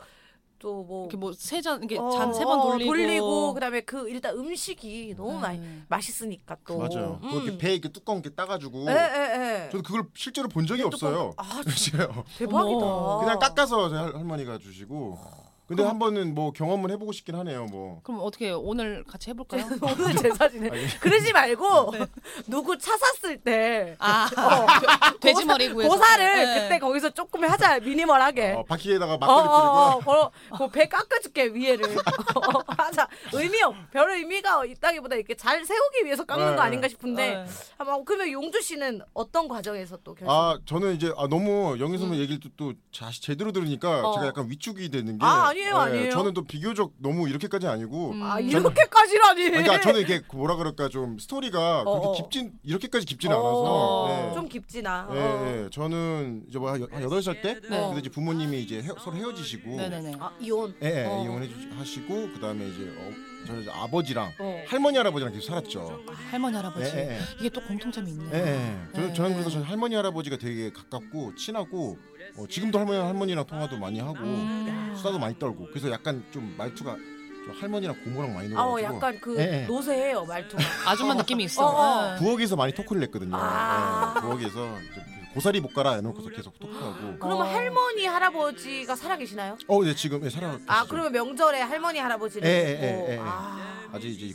뭐또뭐 이렇게 뭐 세 잔, 이렇게 잔 세 번 돌리고. 어, 그다음에 그 일단 음식이 너무 네. 많이 맛있으니까 또 맞아요. 음. 그거 이렇게 배 이렇게 뚜껑 이렇게 따가지고 예, 예, 예. 저는 그걸 실제로 본 적이 없어요. <laughs> 아, 그래요. 대박이다. 어머. 그냥 깎아서 제 할- 할머니가 주시고. 어. 근데 한 번은 뭐 경험을 해보고 싶긴 하네요. 뭐 그럼 어떻게 오늘 같이 해볼까요? 오늘 <laughs> 제사 아, 지내. 예. 그러지 <laughs> 말고 네. <laughs> 누구 차 샀을 때 아, <laughs> 돼지 머리 구해서. 고사를 네. 그때 거기서 조금 하자 미니멀하게. 어, 바퀴에다가 어, 막걸리 어, 뿌리고 어, 어, 어, 배 깎아줄게 위에를 <laughs> 어, 하자 의미 없, 별 의미가 있다기보다 이렇게 잘 세우기 위해서 깎는 네. 거 아닌가 싶은데 네. 아마 그러면 용주 씨는 어떤 과정에서 또 결정? 아, 아 저는 이제 아, 너무 영희 선배 얘기를 또, 또 다시 제대로 들으니까 음. 어. 제가 약간 위축이 되는 게 아, 예, 아니에요, 아니에요. 음. 저는 또 비교적 너무 이렇게까지 아니고 이렇게까지라니. <laughs> 그러니까 저는 이게 뭐라 그럴까 좀 스토리가 어, 어. 그렇게 깊진 이렇게까지 깊진 않아서 어, 네. 좀 깊지나. 예, 어. 예. 저는 이제 뭐한 여덟 살 때, 네. 근데 이제 부모님이 이제 헤- 서로 헤어지시고, 네네네. 아 이혼. 예, 예, 어. 이혼해 주- 하시고 그다음에 이제 어, 저는 이제 아버지랑 어. 할머니 할아버지랑 계속 살았죠. 할머니, 할아버지. 예, 예. 이게 또 공통점이 있네. 예, 예. 저는, 저는 네. 그래서 저희 할머니 할아버지가 되게 가깝고 친하고 어, 지금도 할머니 할머니랑 통화도 많이 하고 음. 수다도 많이 떨고 그래서 약간 좀 말투가 좀 할머니랑 고모랑 많이 아, 어, 놀아가지고 약간 그 예, 예. 노쇠해요 말투가. 아줌마 느낌이 있어. 어, 어. 네. 부엌에서 많이 토크를 했거든요. 아. 예, 부엌에서 이제 고사리 못 가라 해놓고서 계속 토크하고. 그러면 할머니 할아버지가 살아계시나요? 어, 네 지금 예, 살아. 아 그러면 명절에 할머니 할아버지를 예, 예, 보고, 예, 예. 아, 아직 이제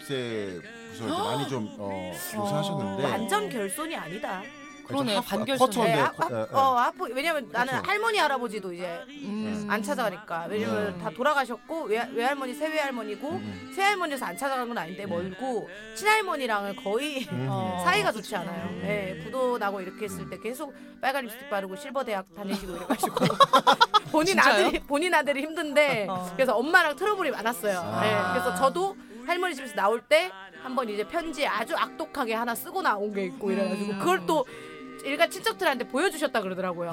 90세 부서 이제 많이 좀 어, 요사하셨는데 완전 결손이 아니다. 그러네, 반결선. 커터 네, 네, 아, 커- 아, 예, 예. 어, 아프, 왜냐면 나는 그렇죠. 할머니 할아버지도 이제 음. 안 찾아가니까 왜냐면 네. 다 돌아가셨고 외, 외할머니 새외할머니고 음. 새할머니에서 안 찾아간 건 아닌데 멀고 친할머니랑은 거의 음. 어. 사이가 좋지 않아요. 예, 부도 나고 이렇게 했을 때 계속 빨간 립스틱 바르고 실버 대학 다니시고 이래가지고 <laughs> 본인 진짜요? 어. 아들이 본인 아들이 <laughs> 힘든데 그래서 엄마랑 트러블이 많았어요. 아. 예, 그래서 저도 할머니 집에서 나올 때 한번 이제 편지 아주 악독하게 하나 쓰고 나온 게 있고 음. 이래가지고 그걸 또 일가 친척들한테 보여주셨다 그러더라고요.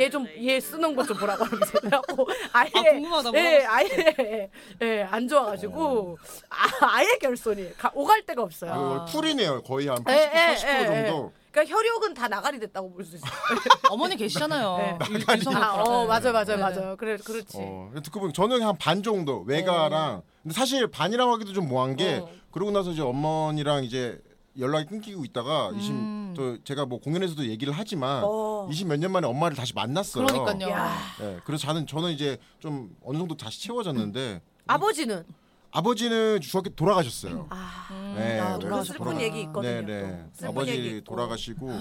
얘 좀 얘 쓰는 것 좀 보라고 하면서 <laughs> 그래갖고 아예 아. 아, 궁금하다, 예, 물어봤어. 아예 예, 안 어. 좋아가지고 아, 아예 결손이 가- 오갈 데가 없어요. 아, 풀이네요 거의 한 80, 예, 예, 80% 예, 예. 정도. 그러니까 혈육은 다 나가리 됐다고 볼 수 있어요. 어머니 계시잖아요. 네. 유- 유성 아, 오빠. 어, 맞아요, 네. 맞아요, 맞아요. 그래, 그렇지. 어, 듣고 보면 저는 한 반 정도 어. 외가랑 근데 사실 반이라고 하기도 좀 모한 게 어. 그러고 나서 이제 어머니랑 이제 연락이 끊기고 있다가 음. 20, 저 제가 뭐 공연에서도 얘기를 하지만 어. 20 몇 년 만에 엄마를 다시 만났어요. 그러니까요. 야. 예, 그래서 저는 저는 이제 좀 어느 정도 다시 채워졌는데 음. 아버지는 아버지는 중학교 돌아가셨어요. 아, 네, 아, 그 돌아가셨구나. 슬픈 얘기 있거든요. 네네. 또. 슬픈 얘기 아버지 있고. 음. 돌아가시고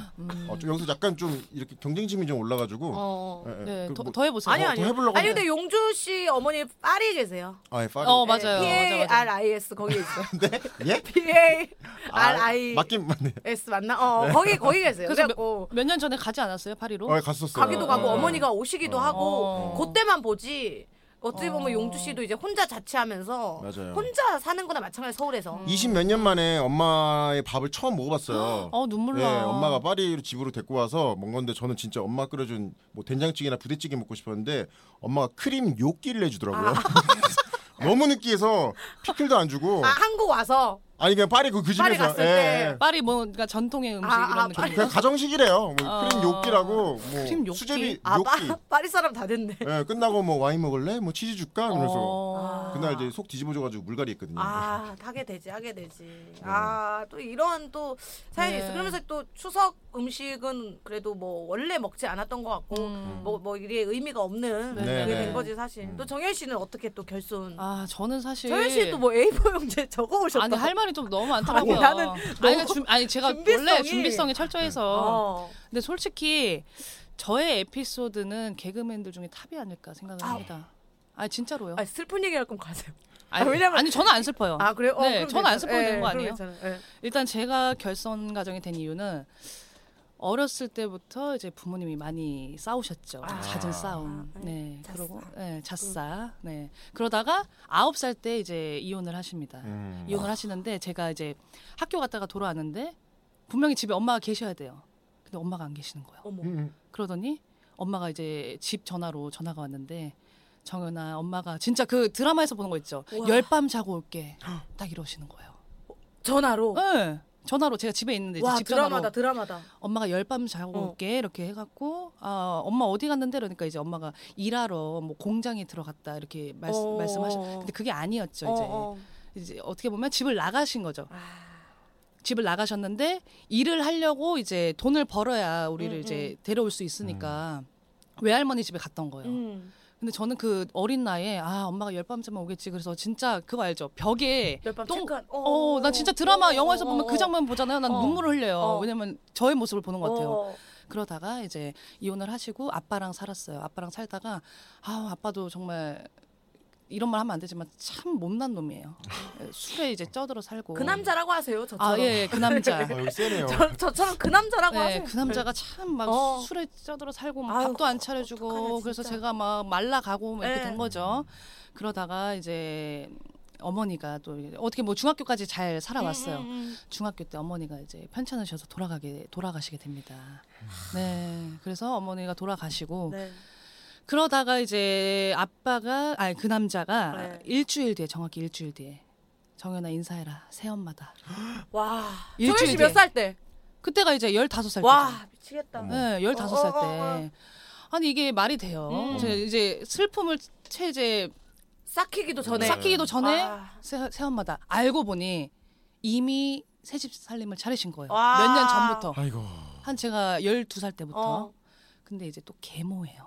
어, 좀 여기서 약간 좀 이렇게 경쟁심이 좀 올라가지고. 어. 예, 예. 네, 그 더, 뭐- 더 해보세요. 아니요, 더 아니요. 해보려고 아니 하네. 근데 용주 씨 어머니 파리에 계세요. 아, 예, 파리. 어, 맞아요. P A 맞아, R 맞아. I S 거기 있어요. <laughs> 네? 예? P A 아, R I 맞긴 맞네. S 맞나? 어, 거기 거기 계세요. 그래서 그래갖고 몇 년 전에 가지 않았어요? 파리로? 어, 예, 갔었어요. 가기도 가고 예, 예. 어머니가 오시기도 하고 어. 그때만 보지. 어떻게 보면 어. 용주 씨도 이제 혼자 자취하면서 맞아요. 음. 혼자 사는 거나 마찬가지 서울에서. 20 몇 년 만에 엄마의 밥을 처음 <gasps> 먹어봤어요. 어, 눈물 예, 나. 엄마가 파리로 집으로 데리고 와서 먹은 건데 저는 진짜 엄마 끓여준 뭐 된장찌개나 부대찌개 먹고 싶었는데 엄마가 크림 요끼를 해주더라고요. <laughs> 너무 느끼해서 피클도 안 주고 아 한국 와서 아니 그냥 파리 그, 그 집에서 파리 갔을 예, 때. 예. 파리 뭔가 전통의 음식 아, 이런 아, 느낌. 그냥 가정식이래요. 뭐 어. 크림 요끼라고 뭐 크림 요끼? 수제비 아 요끼. <laughs> 파, 파리 사람 다 됐네. 예, 끝나고 뭐 와인 먹을래? 뭐 치즈 줄까? 이러면서 어. 그날 이제 속 뒤집어져가지고 물갈이 했거든요. 아, 하게 되지, 하게 되지. 아, 또 이런 또 사연이 네. 있어. 그러면서 또 추석 음식은 그래도 뭐 원래 먹지 않았던 것 같고, 음. 뭐, 뭐 이게 의미가 없는 네, 그게 네. 된 거지, 사실. 또 정현 씨는 어떻게 또 결손. 아, 저는 사실. 정현 씨도 뭐 A4 용지에 <laughs> 적어 오셨다. 아니 할 말이 좀 너무 많더라고요. 아니, 나는 아니, 너무 준- 아니, 제가 원래 준비성이- 준비성이 철저해서. 어. 근데 솔직히 저의 에피소드는 개그맨들 중에 탑이 아닐까 생각을 합니다. 아 진짜로요. 아 슬픈 얘기할 거면 가세요. 아니, 아, 왜냐면- 아니 저는 안 슬퍼요. 아 그래요? 어, 네, 그럼 저는 안 괜찮- 슬퍼도 예, 되는 거 그럼 아니에요? 괜찮아요. 예. 일단 제가 결선 가정이 된 이유는 어렸을 때부터 이제 부모님이 많이 싸우셨죠. 아. 잦은 싸움. 아, 네. 잦싸. 음. 그러고 네, 잦싸. 네. 그러다가 아홉 살 때 이제 이혼을 하십니다. 음. 이혼을 하시는데 제가 이제 학교 갔다가 돌아왔는데 분명히 집에 엄마가 계셔야 돼요. 근데 엄마가 안 계시는 거예요. 어머. 음. 그러더니 엄마가 이제 집 전화로 전화가 왔는데 정연아 엄마가 진짜 그 드라마에서 보는 거 있죠. 우와. 어. 열밤 자고 올게. 딱 이러시는 거예요. 전화로. 네. 전화로 제가 집에 있는데 이제 어. 와 집 전화로 드라마다 드라마다. 엄마가 열밤 자고 어. 올게 이렇게 해갖고 아 엄마 어디 갔는데 그러니까 이제 엄마가 일하러 뭐 공장에 들어갔다 이렇게 말씀 어, 말씀하셨. 어, 어. 근데 그게 아니었죠 어, 이제 어. 이제 어떻게 보면 집을 나가신 거죠. 아, 집을 나가셨는데 일을 하려고 이제 돈을 벌어야 우리를 음, 이제 데려올 수 있으니까 외할머니 집에 갔던 거예요. 음. 근데 저는 그 어린 나이에 아 엄마가 열밤쯤만 오겠지 그래서 진짜 그거 알죠 벽에 열밤 똥- 체크한. 어, 난 진짜 드라마 영화에서 보면 그 장면 보잖아요. 난 어. 눈물을 흘려요. 어. 왜냐면 저의 모습을 보는 것 같아요. 어. 그러다가 이제 이혼을 하시고 아빠랑 살았어요. 아빠랑 살다가 아 아빠도 정말 이런 말 하면 안 되지만 참 못난 <laughs> 놈이에요. 술에 이제 쪄들어 살고 그 남자라고 하세요. 저처럼. 아 예 그 남자. 아, 여기 세네요. <laughs> 저, 저처럼 그 남자라고 네, 하세요. 그 남자가 참 막 어. 술에 쪄들어 살고 막 아유, 밥도 안 차려주고 어떡하냐, 그래서 진짜. 제가 막 말라가고 막 이렇게 네. 된 거죠. 그러다가 이제 어머니가 또 이게 어떻게 뭐 중학교까지 잘 살아왔어요. 음, 음, 중학교 때 어머니가 이제 편찮으셔서 돌아가게 돌아가시게 됩니다. 네, 그래서 어머니가 돌아가시고 음. 네. 그러다가 이제 아빠가 아니 그 남자가 네. 일주일 뒤에 정확히 일주일 뒤에 정연아 인사해라 새엄마다 와. 일주일 소연 씨 뒤에. 몇 살 때? 그때가 이제 열다섯 살 때죠. 와 미치겠다. 어머. 네, 열다섯 어, 어, 어, 살 때. 아니 이게 말이 돼요. 음. 제 이제 슬픔을 체제 삭히기도 전에. 네. 삭히- 삭히기도 전에 아. 새, 새엄마다 알고 보니 이미 새 집 살림을 차리신 거예요. 와. 몇 년 전부터. 아이고. 한 제가 12살 때부터. 어. 근데 이제 또 계모예요.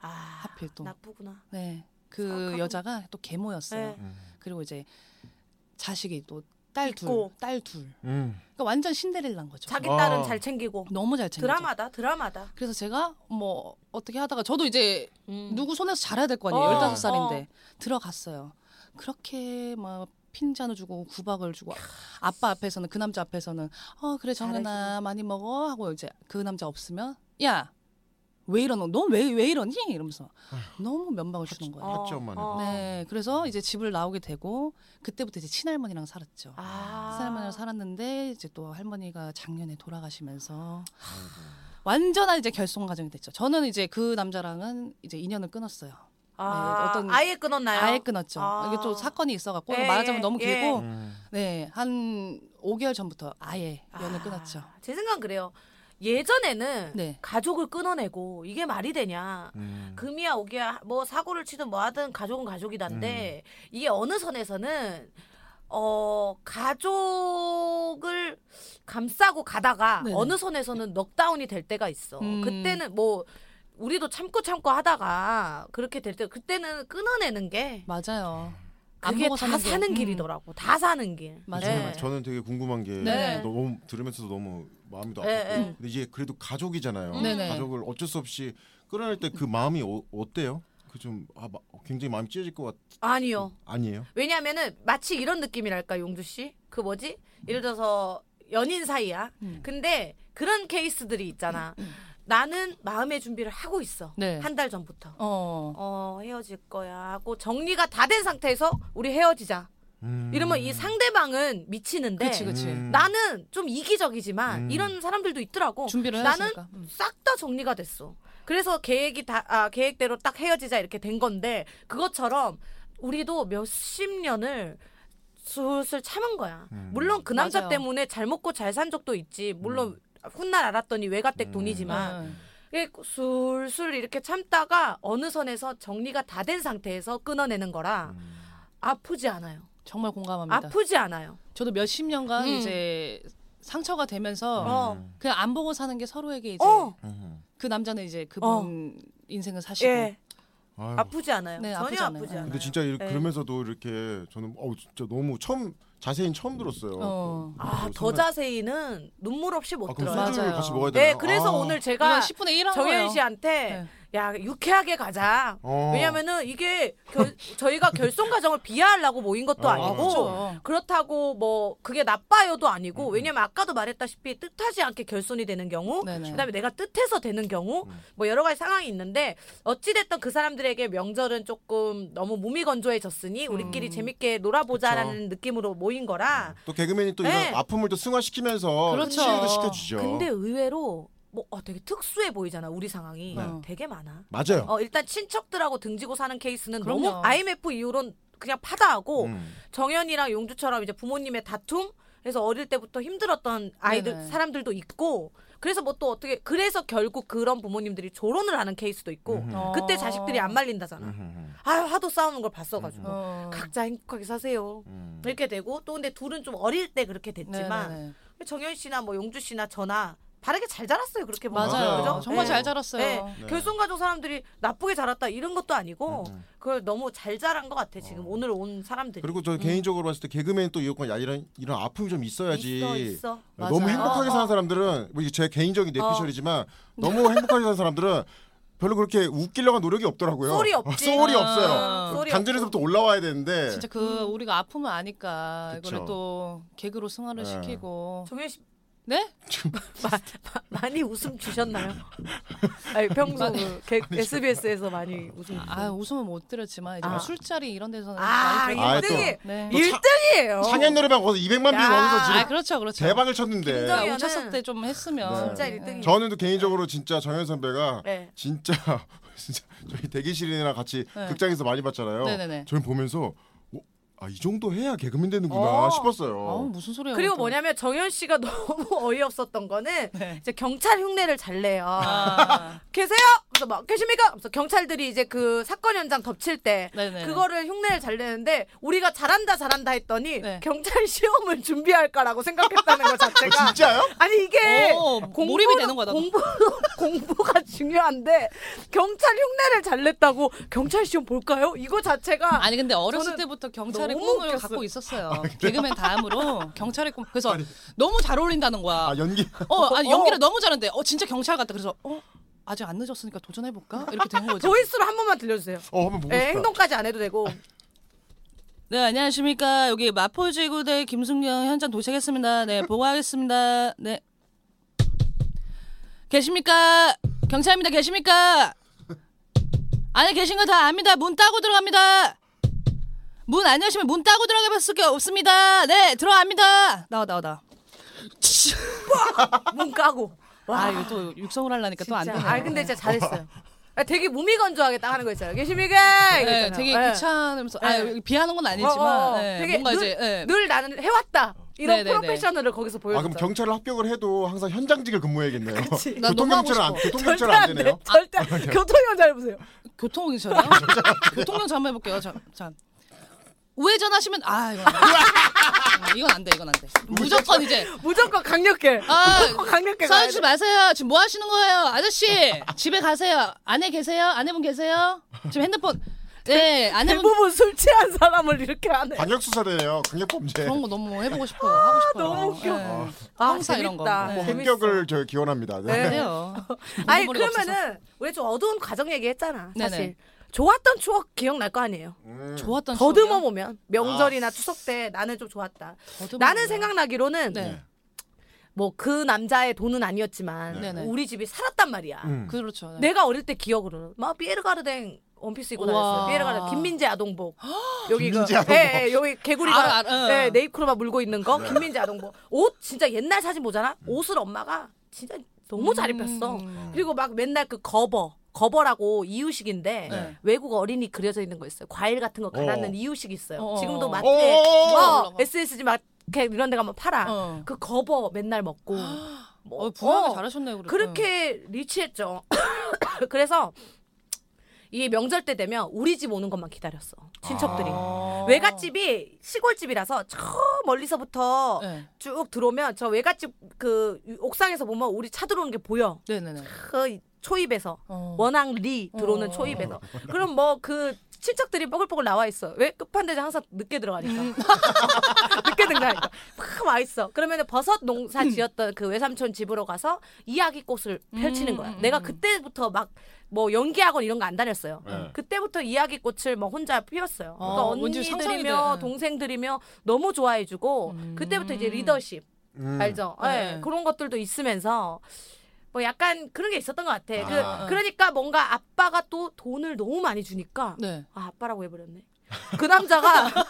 아 하필 또. 나쁘구나. 네. 그 사악하군. 여자가 또 계모였어요. 그렇죠. 네. 음. 그리고 이제 자식이 또 딸 둘, 있고. 딸 둘. 음. 그러니까 완전 신데렐라인 거죠. 자기 아. 딸은 잘 챙기고. 너무 잘 챙겨. 드라마다 드라마다. 그래서 제가 뭐 어떻게 하다가 저도 이제 음. 누구 손에서 자라야 될 거 아니에요. 어, 열다섯 살인데 들어갔어요. 그렇게 막 핀잔을 주고 구박을 주고 아빠 앞에서는 그 남자 앞에서는 어 그래 정연아 잘해주네. 많이 먹어 하고 이제 그 남자 없으면 야 왜 이러노? 넌왜왜 이러니? 이러면서 너무 면박을 주는 거예요. 어. 엄마는. 네, 그래서 이제 집을 나오게 되고 그때부터 이제 친할머니랑 살았죠. 아. 친할머니랑 살았는데 이제 또 할머니가 작년에 돌아가시면서 완전한 이제 결손 가정이 됐죠. 저는 이제 그 남자랑은 이제 인연을 끊었어요. 아, 네, 어떤- 아예 끊었나요? 아예 끊었죠. 아. 이게 또 사건이 있어갖고 예, 말하자면 예, 너무 예. 길고 음. 네, 한 5개월 전부터 아예 연을 아, 끊었죠. 제 생각은 그래요. 예전에는 네. 가족을 끊어내고 이게 말이 되냐. 음. 금이야 오기야 뭐 사고를 치든 뭐 하든 가족은 가족이단데 음. 이게 어느 선에서는 어 가족을 감싸고 가다가 네네. 어느 선에서는 넉다운이 될 때가 있어. 음. 그때는 뭐 우리도 참고 참고 하다가 그렇게 될 때 그때는 끊어내는 게 맞아요. 안 그게 먹어 다 사는, 게. 음. 길이더라고. 다 사는 길. 맞아요. 저는- 네. 저는 되게 궁금한 게 네. 너무 들으면서도 너무 마음도 아프고 네, 네. 근데 이게 그래도 가족이잖아요. 음. 네네. 가족을 어쩔 수 없이 끌어낼 때 그 마음이 어, 어때요? 그 좀 아, 마- 굉장히 마음이 찢어질 것 같. 아니요. 아니에요? 왜냐면은 마치 이런 느낌이랄까 용주 씨. 그 뭐지? 예를 들어서 연인 사이야. 음. 근데 그런 케이스들이 있잖아. 나는 마음의 준비를 하고 있어. 네. 한 달 전부터. 어. 어, 헤어질 거야 하고 정리가 다 된 상태에서 우리 헤어지자. 음. 이러면 이 상대방은 미치는데 그치, 그치. 음. 나는 좀 이기적이지만 음. 이런 사람들도 있더라고. 준비를 나는 해놨으니까. 음. 싹 다 정리가 됐어. 그래서 계획이 다 아, 계획대로 딱 헤어지자 이렇게 된 건데 그것처럼 우리도 몇십 년을 슬슬 참은 거야. 음. 물론 그 남자 맞아요. 때문에 잘 먹고 잘 산 적도 있지. 물론 음. 훗날 알았더니 외가댁 돈이지만 네. 이게 술술 이렇게 참다가 어느 선에서 정리가 다 된 상태에서 끊어내는 거라 음. 아프지 않아요. 정말 공감합니다. 아프지 않아요. 저도 몇십 년간 음. 이제 상처가 되면서 어. 그냥 안 보고 사는 게 서로에게 이제 어, 음. 그 남자는 이제 그분 인생을 사시고 예, 아유. 아프지 않아요. 네, 전혀 아프지 않아요. 아프지 않아요. 근데 진짜 이렇게 네. 그러면서도 이렇게 저는 어 진짜 너무 처음 자세히 처음 들었어요. 그러니까 그 어. 아, 더 자세히는 눈물 없이 못 아, 그럼 들어요. 소주를 맞아요. 같이 먹어야 되나? 네, 그래서 아. 오늘 제가 이건 10분의 1한 거예요. 정현 씨한테 네. 야 유쾌하게 가자. 어. 왜냐면은 이게 결- 저희가 결손 과정을 비하하려고 모인 것도 어, 아니고 그렇죠. 그렇다고 뭐 그게 나빠요도 음, 아니고 왜냐면 아까도 말했다시피 뜻하지 않게 결손이 되는 경우 네네. 그다음에 내가 뜻해서 되는 경우 음. 뭐 여러 가지 상황이 있는데 어찌 됐든 그 사람들에게 명절은 조금 너무 몸이 건조해졌으니 우리끼리 음. 재밌게 놀아보자라는 느낌으로 모인 거라 또 개그맨이 또 네. 이런 아픔을 또 승화시키면서 그렇죠. 치유도 시켜주죠. 근데 의외로 뭐 어, 되게 특수해 보이잖아 우리 상황이 네. 되게 많아. 맞아요. 어 일단 친척들하고 등지고 사는 케이스는 그럼요. 너무 IMF 이후론 그냥 파다하고 음. 정연이랑 용주처럼 이제 부모님의 다툼 그래서 어릴 때부터 힘들었던 아이들 네네. 사람들도 있고 그래서 뭐 또 어떻게 그래서 결국 그런 부모님들이 조론을 하는 케이스도 있고 음. 어. 그때 자식들이 안 말린다잖아. 음. 아유 하도 싸우는 걸 봤어가지고 어. 각자 행복하게 사세요. 음. 이렇게 되고 또 근데 둘은 좀 어릴 때 그렇게 됐지만 네네네. 정현 씨나 뭐 용주 씨나 저나 바르게 잘 자랐어요 그렇게 보면 맞아요. 그죠? 정말 네. 잘 자랐어요. 네. 네. 결손가족 사람들이 나쁘게 자랐다 이런 것도 아니고 음. 어. 그걸 너무 잘 자란 것 같아 지금 오늘 온 사람들이 그리고 저 개인적으로 봤을 때 개그맨 또 이런 이런 이런 아픔이 좀 있어야지. 네, 있어 있어 너무 맞아요. 행복하게 어, 사는 사람들은 뭐 이게 제 개인적인 내피셜이지만 너무 행복하게 사는 사람들은 별로 그렇게 웃기려고 한 노력이 없더라고요. 소리 <laughs> 없지. 소리 아, 없어요. 소리 단전에서부터 올라와야 되는데 진짜 그 음. 우리가 아픔을 아니까 이거를 그쵸. 또 개그로 승화를 네. 시키고 정현 씨 <laughs> 네? 마, 마, 많이 웃음 <laughs> 주셨나요? 아니 평소 그 개- SBS에서 많이 웃음 주셨 아 웃음은 못 들었지만 이제 아. 뭐 술자리 이런 데서는 아, 많이 들었- 아, 또. 1등이 네. 아, 또 차- 1등이에요. 창현 노래방 거기서 200만 뷰 어. 야. 거기서 지금 아 그렇죠 그렇죠. 대박을 쳤는데 김정일 오차석 때좀 했으면 진짜 네. 일등이에요. 저는 또 개인적으로 진짜 정현 선배가 네. 진짜 <laughs> 진짜 저희 대기실이랑 같이 네. 극장에서 많이 봤잖아요. 네네네. 저는 보면서 아 이 정도 해야 개그맨 되는구나 어. 싶었어요. 아우 무슨 소리야. 그리고 또. 뭐냐면 정현 씨가 <laughs> 너무 어이없었던 거는 네. 이제 경찰 흉내를 잘 내요. 아, 계세요? 그래서 막 계십니까? 그래서 경찰들이 이제 그 사건 현장 덮칠 때 네네. 그거를 흉내를 잘 내는데 우리가 잘한다 잘한다 했더니 네. 경찰 시험을 준비할까라고 생각했다는 것 자체가 진짜요? 아니 이게 오, 어, 몰입이 되는 거다. 공부 <laughs> 공부가 중요한데 경찰 흉내를 잘 냈다고 경찰 시험 볼까요? 이거 자체가 아니 근데 어렸을 저는 때부터 경찰의 너무 꿈을 웃겼어요. 아, 갖고 있었어요. <laughs> 개그맨 다음으로 경찰의 꿈. 그래서 너무 잘 어울린다는 거야. 아 연기 <laughs> 어, 아니 연기를 너무 잘하는데 어 진짜 경찰 같다. 그래서 어 아직 안 늦었으니까 도전해 볼까? 이렇게 된 거죠. 조회수로 한 번만 들려주세요. 어 한번 보고 예, 싶다. 행동까지 안 해도 되고 네, 안녕하십니까. 여기 마포지구대 김순경 현장 도착했습니다. 네, 보고하겠습니다. 네. 계십니까? 경찰입니다. 계십니까? 안에 계신 거 다 압니다. 문 따고 들어갑니다. 문 안 열시면 문 따고 들어가볼 수게 없습니다. 네, 들어갑니다. 나와, 나와, 나와. 문 까고. 와. 아, 이거 또 육성을 하려니까 또 안 진짜. 되네. 아 근데 진짜 잘했어요. 아, 되게 무미건조하게 딱 하는 거 있잖아요. 계십니까? 이거 네, 있잖아요. 되게 예. 귀찮으면서 아, 네. 비하는 건 아니지만 어, 어. 네, 되게 뭔가 늘, 이제 네. 늘 나는 해왔다 이런 네네네. 프로페셔널을 거기서 아 보여줬어. 그럼 경찰을 합격을 해도 항상 현장직을 <laughs> 근무해야겠네요. 난 너무 하고 교통경찰은 안 싶어. 교통경찰은 안 돼. 되네요. 아, 절대 안 돼. 교통형 잘 보세요. 교통경찰이요? 교통경찰 한번 해볼게요. 자, 자. 우회전 하시면 아 이건 안 돼. 아, 이건 안 돼. 이건 안 돼. 무조건 이제 무조건 강력해. 아, 무조건 강력해. 가야 싸우지 돼. 마세요. 지금 뭐 하시는 거예요, 아저씨? 집에 가세요. 아내 계세요? 아내분 계세요? 지금 핸드폰. 네, 아내분 대부분 술 취한 사람을 이렇게 하네. 아, 강력 수사대네요. 강력 범죄. 그런 거 너무 해보고 싶어요. 하고 싶어요. 너무 웃겨. 네. 아, 형사 이런 거. 재밌다. 네. 뭐 재밌어. 합격을 저 기원합니다. 네. 네. 그래요. 아니 눈물이 없어서. 그러면은 우리 좀 어두운 과정 얘기했잖아. 사실 네네. 좋았던 추억 기억날 거 아니에요. 음. 아. 좋았던 더듬어 추억이요? 보면 명절이나 추석 때 나는 좀 좋았다. 더듬어 나는 보면. 생각나기로는 네. 뭐 그 남자의 돈은 아니었지만 네네. 우리 집이 살았단 말이야. 음. 그렇죠. 네. 내가 어릴 때 기억으로는 막 피에르가르댕 원피스 입고 다녔어요. 우와. 피에르가르 김민재 <gasps> 아동복. 여기 그 김민재 아동복. 예, 예, 여기 개구리가 아, 아, 아. 예, 네이크로바 물고 있는 거 김민재 아동복. 옷 진짜 옛날 사진 보잖아. 음. 옷을 엄마가 진짜 너무 잘 입혔어. 음. 그리고 막 맨날 그 거버 거버라고 이유식인데 네. 외국 어린이 그려져 있는 거 있어요. 과일 같은 거 갈아는 어. 이유식 있어요. 어. 지금도 마트에 어. 어, 몰라. SSG 마트 이런 데 가면 팔아. 어. 그 거버 맨날 <gasps> 먹고 뭐, 어, 부하게 어. 잘하셨네요. 그래도. 그렇게 리치했죠. <coughs> 그래서 이 명절 때 되면 우리 집 오는 것만 기다렸어. 친척들이. 아. 외갓집이 시골집이라서 저 멀리서부터 네. 쭉 들어오면 저 외갓집 그 옥상에서 보면 우리 차 들어오는 게 보여. 네네네. 그 초입에서 어. 원앙리 들어오는 어. 초입에서. 그럼 뭐 그 친척들이 뽀글뽀글 나와 있어. 왜 끝판대장 항상 늦게 <laughs> 들어가니까. 늦게 들어가니까 막 와 있어. 그러면 버섯 농사 음. 지었던 그 외삼촌 집으로 가서 이야기 꽃을 펼치는 음, 거야. 내가 그때부터 막 뭐 연기학원 이런 거 안 다녔어요. 네. 그때부터 이야기 꽃을 뭐 혼자 피웠어요. 그러니까 어, 뭔지 상상이 돼. 언니들이며 응. 동생들이며 너무 좋아해주고 그때부터 이제 리더십 음. 알죠? 네. 예, 그런 것들도 있으면서 뭐 약간 그런 게 있었던 것 같아. 아. 그, 그러니까 뭔가 아빠가 또 돈을 너무 많이 주니까 네. 아, 아빠라고 해버렸네. 그 남자가 <laughs>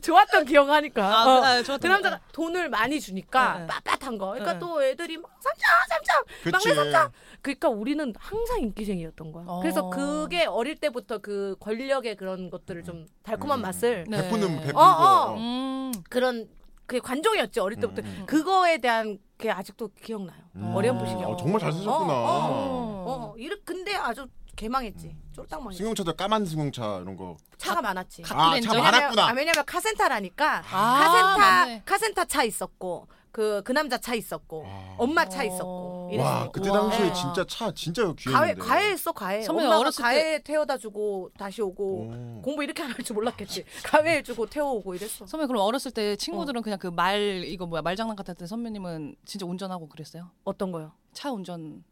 좋았던 기억하니까 아, 어. 아, 좋았던 그 남자가 돈을 많이 주니까 네. 빳빳한 거. 그러니까 네. 또 애들이 막 삼촌 삼촌 <laughs> 그치. 막내 삼촌. 그러니까 우리는 항상 인기쟁이였던 거야. 어. 그래서 그게 어릴 때부터 그 권력의 그런 것들을 좀 달콤한 맛을 네. 베푸는 베풀고 어, 어. 어. 음. 그런 그게 관종이었지 어릴 때부터 음, 음. 그거에 대한 게 아직도 기억나요. 음. 어렴풋이. 어, 음. 정말 잘 쓰셨구나. 어, 어, 이렇 근데 아주 개망했지. 쫄딱 망했지. 승용차도 까만 승용차 이런 거. 차가 많았지. 아, 렌즈. 차 왜냐면- 많았구나. 아, 왜냐면 카센타라니까. 아, 카센타 맞네. 카센타 차 있었고 그 그 남자 차 있었고 아. 엄마 차 있었고. 와, 이랬어. 그때 우와. 당시에 네. 진짜 차 진짜 과외 귀했는데. 과외했어 과외. 선배님 엄마가 어렸을 때- 과외 태워다 주고 다시 오고 오. 공부 이렇게 안 할 줄 <laughs> 몰랐겠지. 과외 해주고 태워오고 이랬어. 선배 그럼 어렸을 때 친구들은 그냥 그 말 이거 뭐야 말장난 같았는데 선배님은 진짜 운전하고 그랬어요? 어떤 거요? 차 운전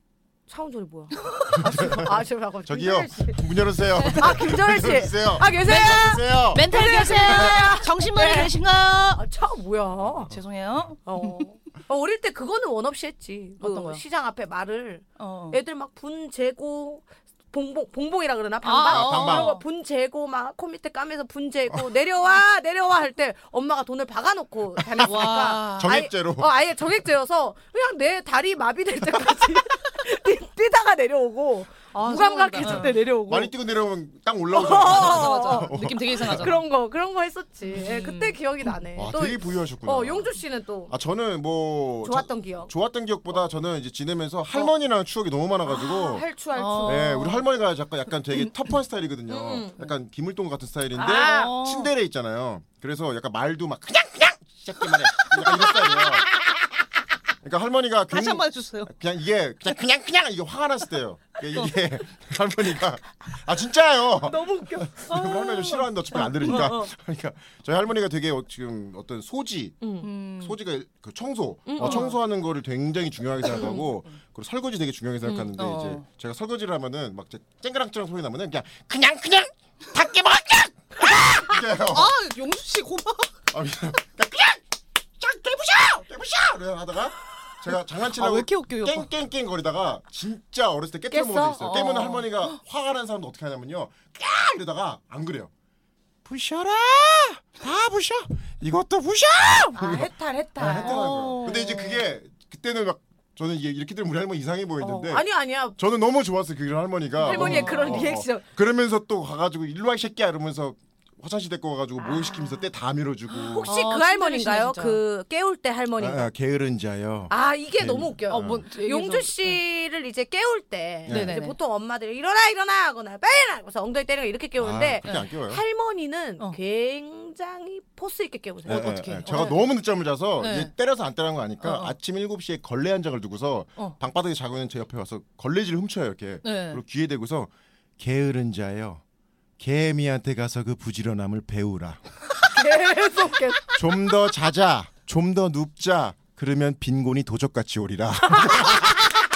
차 운전이 <laughs> 뭐야? 아, 지금- 아 지금 라고 저기요. 문 열어주세요. 아 김정일 문 씨. 열어주세요. 아 계세요? 주세요. 멘탈 계세요 정신머리 계신가 아, 차 뭐야? 죄송해요 어. 어, 어릴 때 그거는 원 없이 했지. 그 어떤 거요? 시장 앞에 말을 어. 애들 막 분 재고 봉봉 봉봉이라 그러나 방방 아, 방방. 그런 거분 재고 막 코 밑에 까면서 분 재고 내려와 내려와 할 때 엄마가 돈을 박아놓고 다녔으니까 와. 정액제로. 아예, 어, 아예 정액제여서 그냥 내 다리 마비될 때까지 <laughs> 뛰- 뛰다가 내려오고 아, 무감각해질 생각난다. 때 내려오고 많이 뛰고 내려오면 딱 어, 올라오잖아. 맞아 어, 맞아 어, 느낌 되게 이상하잖아 그런 거 그런 거 했었지 음. 예, 그때 기억이 나네 와, 또 되게 부유하셨구나. 어, 용주 씨는 또 아, 저는 뭐 좋았던 기억 좋았던 기억보다 저는 이제 지내면서 할머니랑 추억이 너무 아, 많아가지고 할추 할추 어. 음. 네, 우리 할머니가 약간 약간 되게 터프한 스타일이거든요. 약간 김을동 같은 스타일인데 아. 침대에 있잖아요. 그래서 약간 말도 막 그냥 그냥 시작해 말해. 약간 이런 스타일이에요. 그러니까 할머니가 다시 굉- 한 번 해주세요 그냥 이게 그냥 그냥 그냥 이게 화가 났을 때요. 이게 <laughs> 할머니가 아 진짜요. 네, 너무 웃겨 할머니 아. 좀 싫어한다. 어차피 안 들으니까. 그러니까 저희 할머니가 되게 어, 지금 어떤 소지 음. 소지가 그 청소 어, 청소하는 거를 굉장히 중요하게 생각하고 그리고 설거지 되게 중요하게 생각하는데 음. 어. 이제 제가 설거지를 하면은 막 이제 쨍그랑쨍랑 소리 나면은 그냥 그냥 그냥 닭게 뭐 먹냥 아 용수 씨 고마워 아 미안. 그냥 그냥 쫙 대부셔 대부셔 그래 하다가 제가 아, 장난치려고 왜 이렇게 웃겨요, 오빠? 깽깽깽 거리다가 진짜 어렸을 때 깨뜨려 깼어? 먹은 적 있어요. 깨면 어. 할머니가 화가 난 사람도 어떻게 하냐면요. 까 이러다가 안 그래요. 부셔라 다 부셔 이것도 부셔. 아 해탈 해탈 아, 했더라고요. 어. 근데 이제 그게 그때는 막 저는 이게 이렇게 들으면 우리 할머니 이상해 어. 보였는데 아니 아니야 저는 너무 좋았어요. 그 할머니가 할머니의 어, 그런 어, 어. 리액션. 그러면서 또 가가지고 일로 와 이 새끼야 이러면서 화장실 데리고 가가지고 목욕시키면서 때 다 밀어주고. 혹시 어, 그 할머니인가요 친절이시네, 진짜. 그 깨울 때 할머니 아, 아, 게으른 자요. 아 이게 네. 너무 웃겨요 그 어, 뭐, 얘기 좀- 용주 씨를 이제 깨울 때 네. 이제 네네네. 보통 엄마들이 일어나 일어나 하거나 빨리 일어나 하고서 엉덩이 때리고 이렇게 깨우는데 아, 그렇게 안 깨워요. 할머니는 어. 굉장히 포스 있게 깨우세요 예, 예, 어떻게 예. 해요? 제가 어. 너무 늦잠을 자서 예. 네. 이제 때려서 안 때라는 거 아니까 어, 어. 아침 7시에 걸레 한 장을 두고서 어. 방바닥에 자고 있는 제 옆에 와서 걸레질 훔쳐요 이렇게 네. 그리고 귀에 대고서 게으른 자요 개미한테 가서 그 부지런함을 배우라 계속 계속 좀 더 자자 좀 더 눕자 그러면 빈곤이 도적같이 오리라 <laughs>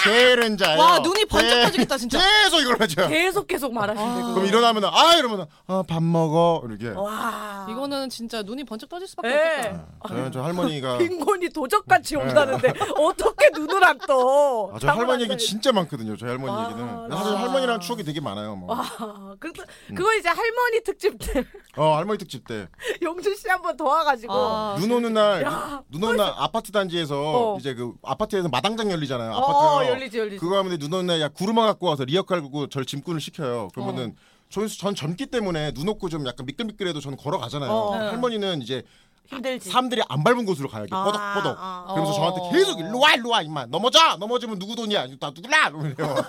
게으른 자요 와, 눈이 번쩍 게- 떠지겠다, 진짜. 네. 계속 이걸 하죠 계속 계속 말하시는데 그럼 일어나면 아 이러면 아 밥 먹어 이렇게 와 네. 이거는 진짜 눈이 번쩍 떠질 수밖에 예. 없겠다 아, 저는 저 할머니가 빈곤이 도적같이 온다는데 <laughs> 어떻게 눈을 안 떠? 음. 네. 아, 저 할머니 얘기 진짜 많거든요. 저희 할머니 아, 얘기는. 네. 사실 할머니랑 추억이 되게 많아요. 뭐. 아, 그, 음. 그거 이제 할머니 특집 때 <laughs> 어, 할머니 특집 때. 용준 씨 한 번 더 와가지고 아, 눈 오는 날, 눈 오는 날 아파트 단지에서 어. 이제 그 아파트에서 마당장 열리잖아요. 어, 아파트가. 어, 열리지, 열리지. 그거 하면 눈 오는 날 야, 구르마 갖고 와서 리어 깔고 절 짐꾼을 시켜요. 그러면은 어. 저는 전 젊기 때문에 눈 오고 좀 약간 미끌미끌해도 저는 걸어가잖아요. 어. 할머니는 이제 힘들지. 사람들이 안 밟은 곳으로 가야지. 아, 뻐덕뻐덕. 아. 그러면서 어. 저한테 계속 일로 와 일로 와 임마 넘어져 넘어지면 누구 돈이야 나 누구라 이러면요. <laughs>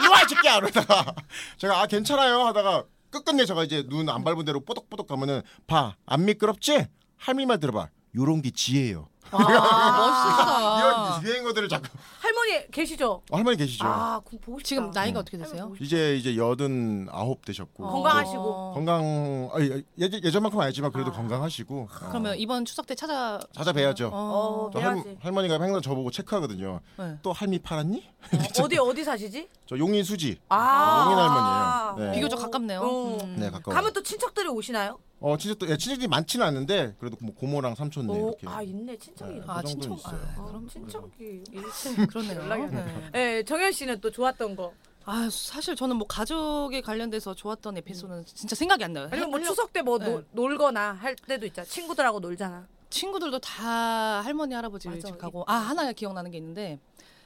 일로 와이 새끼야 이러다가 제가 아 괜찮아요 하다가 끝끝내 제가 이제 눈 안 밟은 대로 뽀덕뽀덕 가면은 봐 아, 안 미끄럽지? 할미말 들어봐. 요런 게 지혜예요. 멋있다 <laughs> 이런 기생어들을 자꾸 어, 할머니 계시죠? 할머니 계시죠. 아, 그럼 보고 싶다. 지금 나이가 어떻게 되세요? 이제 이제 여든 아홉 되셨고 어. 건강하시고. 건강 아니, 예전, 예전만큼 은 아니지만 그래도 건강하시고 어, 아. 그러면 이번 추석 때 <laughs> 찾아 찾아뵈야죠. 어. 어, 저 해야지. <laughs> 할, 할머니가 항상 저보고 체크하거든요. 네. 또 할미 팔았니? 어, 어디 어디 사시지? 저 용인 수지. 아, 용인 할머니예요. 네. 비교적 가깝네요. 어. 음. 네 가까워. 가면 또 친척들이 오시나요? 어 진짜 또 예, 친척이 많지는 않은데 그래도 뭐 고모랑 삼촌네 어, 이렇게. 아 있네 친척이. 네. 아, 아 정도는 친척. 있어요. 아, 그럼 그럼 친척이. 일체 그러네요. 연락이 네. 네, 정현 씨는 또 좋았던 거. 아 사실 저는 뭐 가족에 관련돼서 좋았던 에피소드는 진짜 생각이 안 나요. 아니면 뭐 할려- 추석 때 뭐 네. 놀거나 할 때도 있잖아. 친구들하고 놀잖아. <laughs> 친구들도 다 할머니 할아버지 맞아. 집 가고 아 하나 기억나는 게 있는데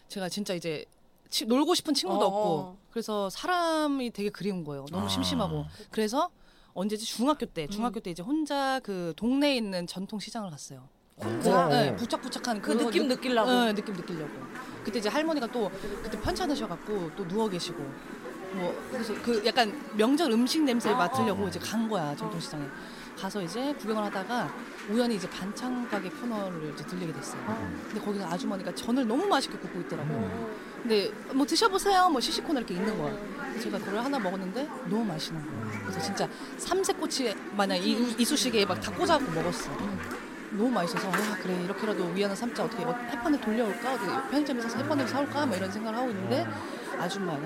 제가 진짜 이제 치- 놀고 싶은 친구도 어. 없고 그래서 사람이 되게 그리운 거예요. 너무 아. 심심하고 그래서 언제지 중학교 때 음. 중학교 때 이제 혼자 그 동네에 있는 전통 시장을 갔어요. 혼자? 네, 부착부착한 그 느낌 느- 느끼려고. 네, 느낌 느끼려고. 그때 이제 할머니가 또 그때 편찮으셔갖고 또 누워 계시고 뭐 그래서 그 약간 명절 음식 냄새를 어. 맡으려고 이제 간 거야 전통시장에 가서 이제 구경을 하다가 우연히 이제 반찬 가게 코너를 이제 들리게 됐어요. 근데 거기서 아주머니가 전을 너무 맛있게 굽고 있더라고. 요 음. 근데 뭐 드셔보세요 뭐 시시코너 이렇게 있는 거야. 그래서 제가 그걸 하나 먹었는데 너무 맛있는 거야. 그래서 진짜 삼색꼬치 마냥 이- 이쑤시개에 막 다 꽂아갖고 먹었어. 너무 맛있어서 아 그래 이렇게라도 위안을 삼자 어떻게 어- 햇반을 돌려올까 어디 편의점에서 햇반을 사올까 막 이런 생각을 하고 있는데 아줌마가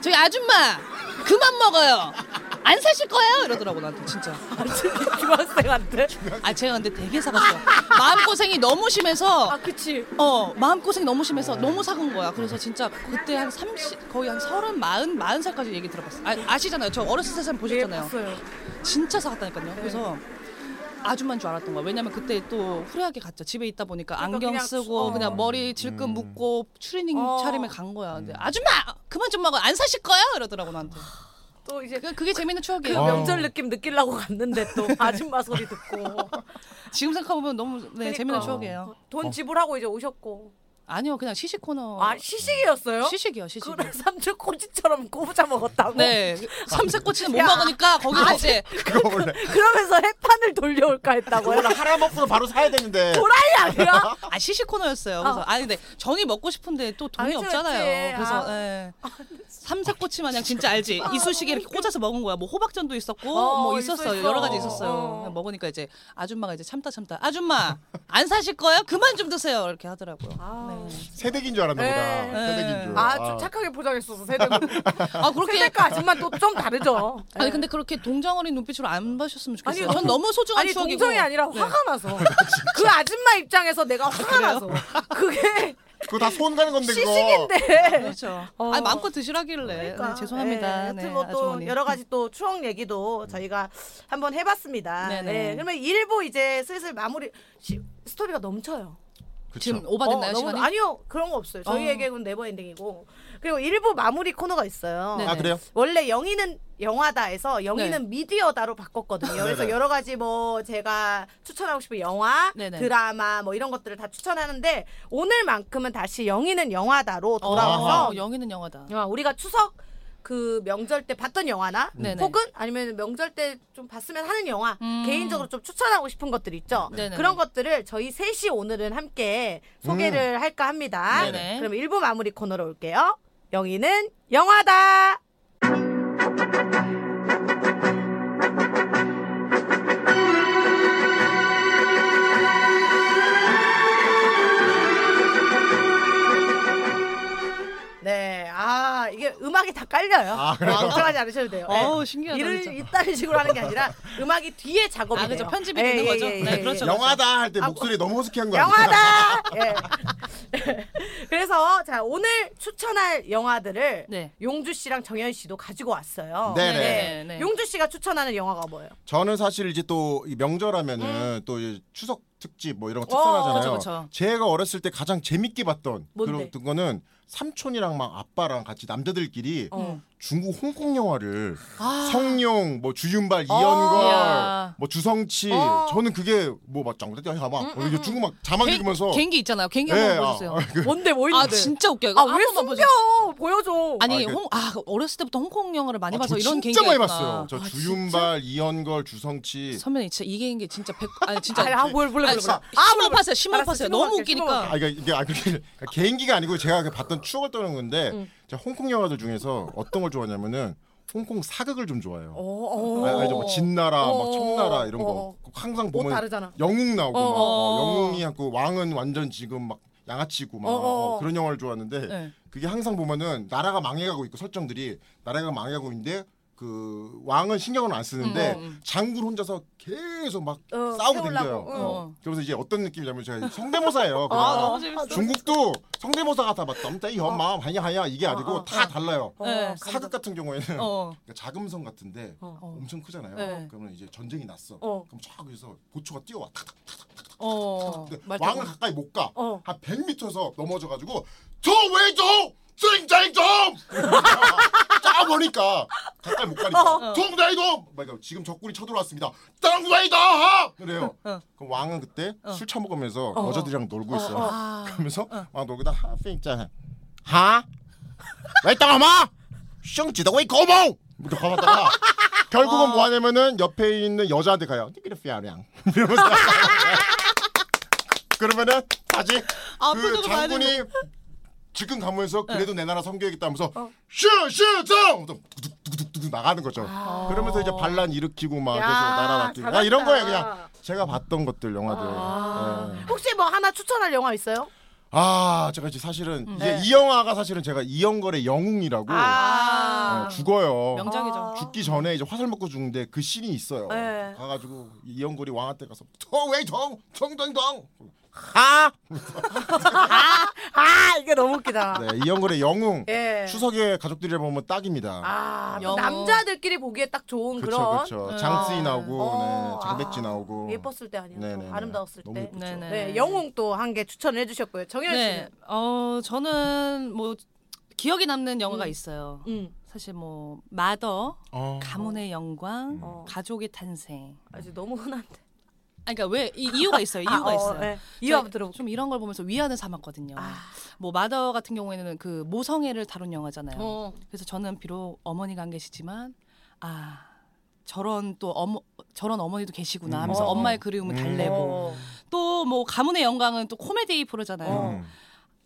저희 아줌마 그만 먹어요 안 사실 거예요 이러더라고 나한테 진짜 중학생한테. 아 제가 근데 되게 사갔어요 마음 고생이 너무 심해서 아, 그치. 어 마음 고생 너무 심해서 너무 사간 거야 그래서 진짜 그때 한 30, 거의 한 서른 마흔 마흔 살까지 얘기 들어봤어 아, 아시잖아요 저 어렸을 때 사진 예, 보셨잖아요 봤어요. 진짜 네. 사갔다니까요. 그래서 아줌마인 줄 알았던 거야. 왜냐면 그때 또 후레하게 갔죠. 집에 있다 보니까 그러니까 안경 그냥 쓰고 어. 그냥 머리 질끈 묶고 추리닝 어. 차림에 간 거야. 근데 아줌마 그만 좀 먹어. 안 사실 거야? 이러더라고 나한테. 또 이제 그게, 그게 뭐 재밌는 그 추억이에요. 어. 명절 느낌 느끼려고 갔는데 <laughs> 또 아줌마 소리 듣고 지금 생각해보면 너무 네, 그러니까. 재밌는 추억이에요. 돈 지불하고 이제 오셨고 아니요 그냥 시식 코너. 아 시식이었어요? 어. 시식이요 시식. 그런 삼촌 꼬치처럼 꼬부자 먹었다고? 네 삼색꼬치는 못 야. 아, 먹으니까 거기서 이제 <laughs> 그거 원래 그러면서 햇판을 돌려올까 했다고 해라 원래 하나 먹고도 바로 사야 되는데. 도라이 아니야? 아 시식 코너였어요. 그래서 아니 근데 전이 먹고 싶은데 또 돈이 알지, 없잖아요. 알지. 그래서 아. 예. 삼색꼬치 마냥 진짜 알지. 이쑤시개 이렇게 꽂아서 먹은 거야. 뭐 호박전도 있었고 어, 뭐 있어, 있었어요. 있어. 여러 가지 있었어요. 어. 그냥 먹으니까 이제 아줌마가 이제 참다 참다 아줌마 안 사실 거예요? 그만 좀 드세요. 이렇게 하더라고요. 아, 네. 세대기인 줄 알았나 보다. 네. 세대기인 줄. 아, 좀 착하게 포장했어서 세대는 아 그렇게 네. 세대가 아줌마 또 좀 다르죠 아니 근데 그렇게 동정어린 눈빛으로 안 봐셨으면 좋겠어요. 아니, 전 너무 소중한 아니 추억이고. 네. 그렇죠. 동정이 아니라 화가 <laughs> 나서 그 아줌마 입장에서 내가 화가 나서 그게 그거 다 손 가는 건데 그거. 시식인데 그렇죠. 어. 아 마음껏 드시라길래 네, 죄송합니다. 예, 네, 여튼 뭐 또 아주머니. 여러 가지 또 추억 얘기도 저희가 한번 해봤습니다. 네네. 네, 그러면 일부 이제 슬슬 마무리 시, 스토리가 넘쳐요. 지금 그쵸. 오바됐나요 어, 너무- 시간이? 아니요 그런 거 없어요. 저희에게는 네버엔딩이고 그리고 일부 마무리 코너가 있어요. 네네. 네. 아 그래요? 원래 영희는 영화다에서 영희는 미디어다로 바꿨거든요. 그래서 네네. 여러 가지 뭐 제가 추천하고 싶은 영화, 네네. 드라마 뭐 이런 것들을 다 추천하는데 오늘만큼은 다시 영희는 영화다로 돌아와서 어, 영희는 영화다. 아, 우리가 추석 그 명절 때 봤던 영화나 음. 네네. 혹은 아니면 명절 때 좀 봤으면 하는 영화 음. 개인적으로 좀 추천하고 싶은 것들 있죠. 네네. 그런 것들을 저희 셋이 오늘은 함께 소개를 할까 합니다. 음. 네네. 그럼 일부 마무리 코너로 올게요. 영희는 영화다. 네, 아 이게 음악이 다 깔려요. 어, 아, 그래요? 걱정하지 않으셔도 돼요. 어우, 예. 신기하다, 이를 진짜. 이딴 식으로 하는 게 아니라 음악이 뒤에 작업이 아, 그죠. 돼요. 편집이 예, 되는 예, 거죠. 예, 네, 예, 그렇죠. 예. 영화다 할 때 목소리 너무 허스키한 거 아니야? 영화다. 예. 그래서 자 오늘 추천할 영화들을 네. 용주 씨랑 정현 씨도 가지고 왔어요. 네네. 예. 네네. 용주 씨가 추천하는 영화가 뭐예요? 저는 사실 이제 또이 명절하면은 또 이제 추석 특집 뭐 이런 거 그쵸, 특선하잖아요. 음. 어, 그쵸. 제가 어렸을 때 가장 재밌게 봤던 뭔데? 그런 거는 삼촌이랑 막 아빠랑 같이 남자들끼리 중국 홍콩 영화를 어. 아. 성룡 뭐 주윤발 어. 이연걸 야. 뭐 주성치 어. 저는 그게 뭐막 짱구대야 가봐 음, 음, 이게 중국 막 자막 갱- 읽으면서 갱기 있잖아요. 갱기 예, 한번 아, 보여주세요. 아, 그- 뭔데 뭐 아 있는데? 진짜 웃겨. 이거 아, 왜 한 번만 보여줘. 숨겨? 보여줘. 아니 아, 그- 홍, 아 어렸을 때부터 홍콩 영화를 많이 아, 봐서 저 이런 아, 갱기 진짜 많이 봤어요. 저 주윤발 이연걸 주성치 선배님 진짜 이 갱기 진짜 백 아니 진짜 아니, 아, 뭘 몰라 몰라, 아니, 몰라. 심호흡 하세요. 심호흡 알았어, 하세요. 심호흡 너무 할게, 심호흡 웃기니까. 아, 그러니까 이게 아, 그게 개인기가 아니고 제가 그 봤던 추억을 떠는 건데 제가 홍콩 영화들 중에서 어떤 걸 좋아하냐면은 홍콩 사극을 좀 좋아해요. 어, 어. 아, 알죠? 뭐 진나라, 어, 막 청나라 이런 어, 거 항상 옷 보면 다르잖아. 영웅 나오고 어, 막 어, 어, 어. 영웅이 하고 왕은 완전 지금 막 양아치고 막 어, 어, 어, 어. 그런 영화를 좋아하는데 네. 그게 항상 보면은 나라가 망해가고 있고 설정들이 나라가 망해가고 있는데 그 왕은 신경을 안 쓰는데 음, 음. 장군 혼자서 계속 막 어, 싸우고 세우려고, 댕겨요. 응. 어. 그러면서 이제 어떤 느낌이냐면 제가 성대모사예요. 그냥. 아, 너무 재밌어. 중국도 성대모사가 다막 덤떼이 험마 하야 하야 이게 아니고 어, 어, 다 달라요. 어, 네. 사극. 사극 같은 경우에는 어. 그러니까 자금성 같은데 어. 엄청 크잖아요. 네. 그러면 이제 전쟁이 났어. 어. 그럼 쫙 여기서 보초가 뛰어와. 탁탁. 아, 어. 근데 말도 왕은 안 돼. 가까이 못 가. 어. 한 100m에서 넘어져가지고 저왜저 쌩쟁점 <laughs> 짜 보니까 가까이 어. 못 가니까 동대이돔 그러니까 지금 적군이 쳐들어왔습니다. 땅웨이다 그래요. 그럼 왕은 그때 술 처먹으면서 여자들이랑 놀고 있어. 아. 그러면서 막 놀고다 하 쌩짱 하 왜땅아마 쌩지도 왜 고모 이렇게 가봤다가 결국은 뭐 하냐면은 옆에 있는 여자한테 가요. 니비르 피아량 <laughs> 이러면서 그러면은 다시 아, 그 표정을 봐야 네. 장군이 지금 가면서 그래도 내 나라 섬겨야겠다면서 어. 슈슈성 두둑두둑두둑 나가는 거죠. 아. 그러면서 이제 반란 일으키고 막 야, 계속 나라 바뀌고 잘한다. 아, 이런 거예요 그냥 제가 봤던 것들 영화들. 아. 예. 혹시 뭐 하나 추천할 영화 있어요? 아 제가 이제 사실은 이제 네. 이 영화가 사실은 제가 이영걸의 영웅이라고 아. 어, 죽어요. 명장이죠. 죽기 전에 이제 화살 먹고 죽는데 그 씬이 있어요. 네. 가가지고 이영걸이 왕한테 가서 통웨이통 통통통 하. 아 이게 너무 웃기다. <laughs> 네 이영걸의 영웅 예. 추석에 가족들이랑 보면 딱입니다. 아 영어. 남자들끼리 보기에 딱 좋은 그쵸 런 그쵸 장쓰이 나오고 어, 네, 장백지 아, 나오고 예뻤을 때 아니에요. 네네네. 아름다웠을 너무 때. 예뻤죠. 네네. 네, 영웅 또 한 개 추천을 해주셨고요. 정현 네. 씨는. 어, 저는 뭐 기억에 남는 영화가 있어요. 음. 사실 뭐 마더, 어. 가문의 영광, 어. 가족의 탄생. 아직 너무 흔한데. 아니, 그러니까 왜 이, 이유가 있어요. 아, 이유가 어, 있어요. 네. 제가 이유 한번 들어볼게요. 좀 이런 걸 보면서 위안을 삼았거든요. 아. 뭐 마더 같은 경우에는 그 모성애를 다룬 영화잖아요. 어. 그래서 저는 비록 어머니가 안 계시지만 아 저런 또 어머 저런 어머니도 계시구나 하면서 음. 엄마의 그리움을 달래고 어. 또 뭐 가문의 영광은 또 코미디 프로잖아요. 음.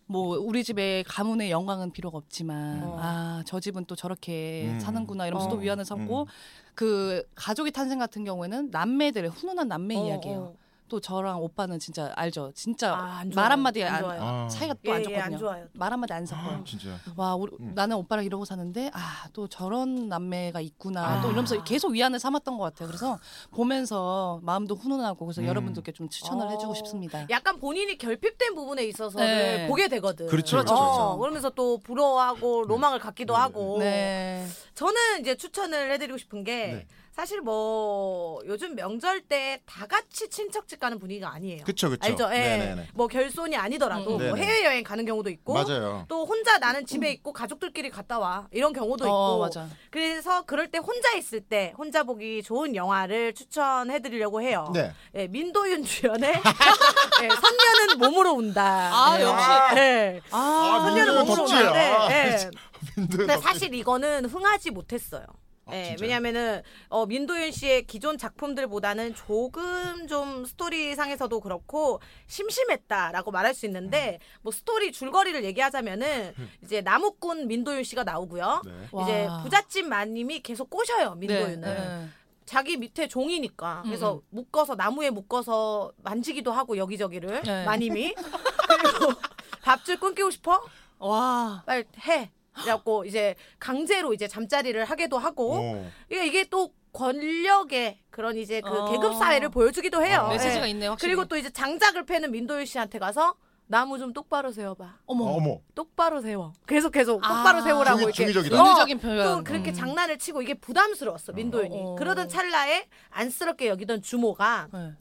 뭐 우리 집에 가문의 영광은 비록 없지만 어. 아 저 집은 또 저렇게 음. 사는구나 이러면서 어. 또 위안을 삼고 그 가족의 탄생 같은 경우에는 남매들의 훈훈한 남매 어, 네, 이야기예요. 어. 또 저랑 오빠는 진짜 알죠. 진짜 아, 안 좋아요. 말 한마디 안 안, 좋아요. 아. 차이가 또 안 예, 예, 좋거든요. 안 좋아요. 말 한마디 안 섞어요. 진짜 와 우리, 나는 오빠랑 이러고 사는데 아 또 저런 남매가 있구나 또 이러면서 계속 위안을 삼았던 것 같아요. 그래서 보면서 마음도 훈훈하고 그래서 음. 여러분들께 좀 추천을 어. 해주고 아. 싶습니다. 약간 본인이 결핍된 부분에 있어서 네. 를 보게 되거든. 그렇죠, 그렇죠, 어, 그렇죠. 음. 그러면서 또 부러워하고 로망을 갖기도 하고. 네. 저는 이제 추천을 해드리고 싶은 게 네. 사실 뭐 요즘 명절 때 다 같이 친척집 가는 분위기가 아니에요. 그쵸 그쵸 알죠? 예. 네네네 뭐 결손이 아니더라도 음. 뭐 네네. 해외여행 가는 경우도 있고 맞아요 또 혼자 나는 집에 있고 가족들끼리 갔다 와 이런 경우도 어 있고 맞아. 그래서 그럴 때 혼자 있을 때 혼자 보기 좋은 영화를 추천해드리려고 해요. 네 예, 민도윤 주연의 <laughs> 예, 선녀는 몸으로 운다. 아, 예, 역시. 예. 아, 선녀는 민도윤 몸으로 덕질. 운다. 네, 아, <laughs> 예. 민들 근데 사실 이거는 흥하지 못했어요. 아, 예, 진짜요? 왜냐면은 어, 민도윤 씨의 기존 작품들보다는 조금 좀 스토리 상에서도 그렇고 심심했다라고 말할 수 있는데 음. 뭐 스토리 줄거리를 <laughs> 얘기하자면은 이제 나무꾼 민도윤 씨가 나오고요. 네. 이제 와. 부잣집 마님이 계속 꼬셔요 민도윤을. 네. 음, 자기 밑에 종이니까 그래서 묶어서 나무에 묶어서 만지기도 하고 여기저기를 네. <laughs> 마님이 그리고 <laughs> 밥줄 끊기고 싶어 와. 빨리 해. 그래갖고 이제 강제로 이제 잠자리를 하기도 하고 오. 이게, 이게 또 권력의 그런 이제 그 어. 아, 계급 사회를 보여주기도 해요. 어, 메시지가 예. 있네 확실히. 그리고 또 이제 장작을 패는 민도윤 씨한테 가서 나무 좀 똑바로 세워봐. 어머. 아, 어머 똑바로 세워. 계속 계속 아. 똑바로 세우라고 중의- 이렇게 어. 중의적이다. 은유적인 또 표현. 그렇게 음. 장난을 치고 이게 부담스러웠어 민도윤이. 어, 어. 그러던 찰나에 안쓰럽게 여기던 주모가 네.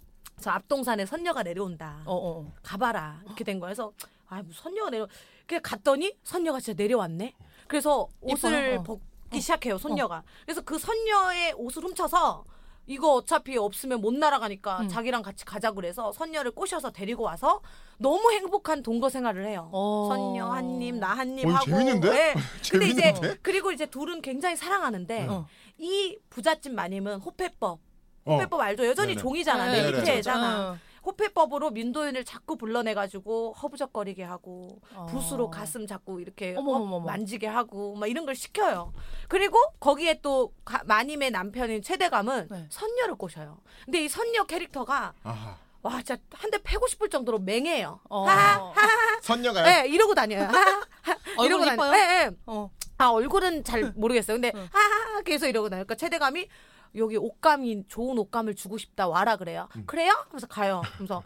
저 앞동산에 선녀가 내려온다. 어 어. 가봐라 이렇게 된 거야. 그래서 아, 아뭐 선녀가 내려. 그냥 갔더니 선녀가 진짜 내려왔네. 그래서 옷을 예뻐요? 어. 벗. 걷기 시작해요 손녀가. 그래서 그 손녀의 옷을 훔쳐서 이거 어차피 없으면 못 날아가니까 음. 자기랑 같이 가자 그래서 선녀를 꼬셔서 데리고 와서 너무 행복한 동거 생활을 해요. 어. 선녀 한님 나 한님 어, 이거 하고. 재밌는데? <laughs> 네. 근데 이제 재밌는데? 그리고 이제 둘은 굉장히 사랑하는데 어. 이 부잣집 마님은 호패법 어. 호패법 알죠? 여전히 네네. 종이잖아. 네, 내 네, 밑에 네. 애잖아. 어. 호패법으로 민도윤을 자꾸 불러내가지고 허부적거리게 하고 어. 붓으로 가슴 자꾸 이렇게 어머머머머. 허- 만지게 하고 막 이런 걸 시켜요. 그리고 거기에 또 가- 마님의 남편인 최대감은 네. 선녀를 꼬셔요. 근데 이 선녀 캐릭터가 아하. 와 진짜 한 대 패고 싶을 정도로 맹해요. 어. 선녀가 예, 이러고 다녀요. 하하, 얼굴 이러고 다녀- 이뻐요? 예, 예. 어. 아 얼굴은 잘 모르겠어요. 근데 하하 계속 이러고 나니까 최대감이 여기 옷감이 좋은 옷감을 주고 싶다 와라 그래요. 그래요? 하면서 가요. 그래서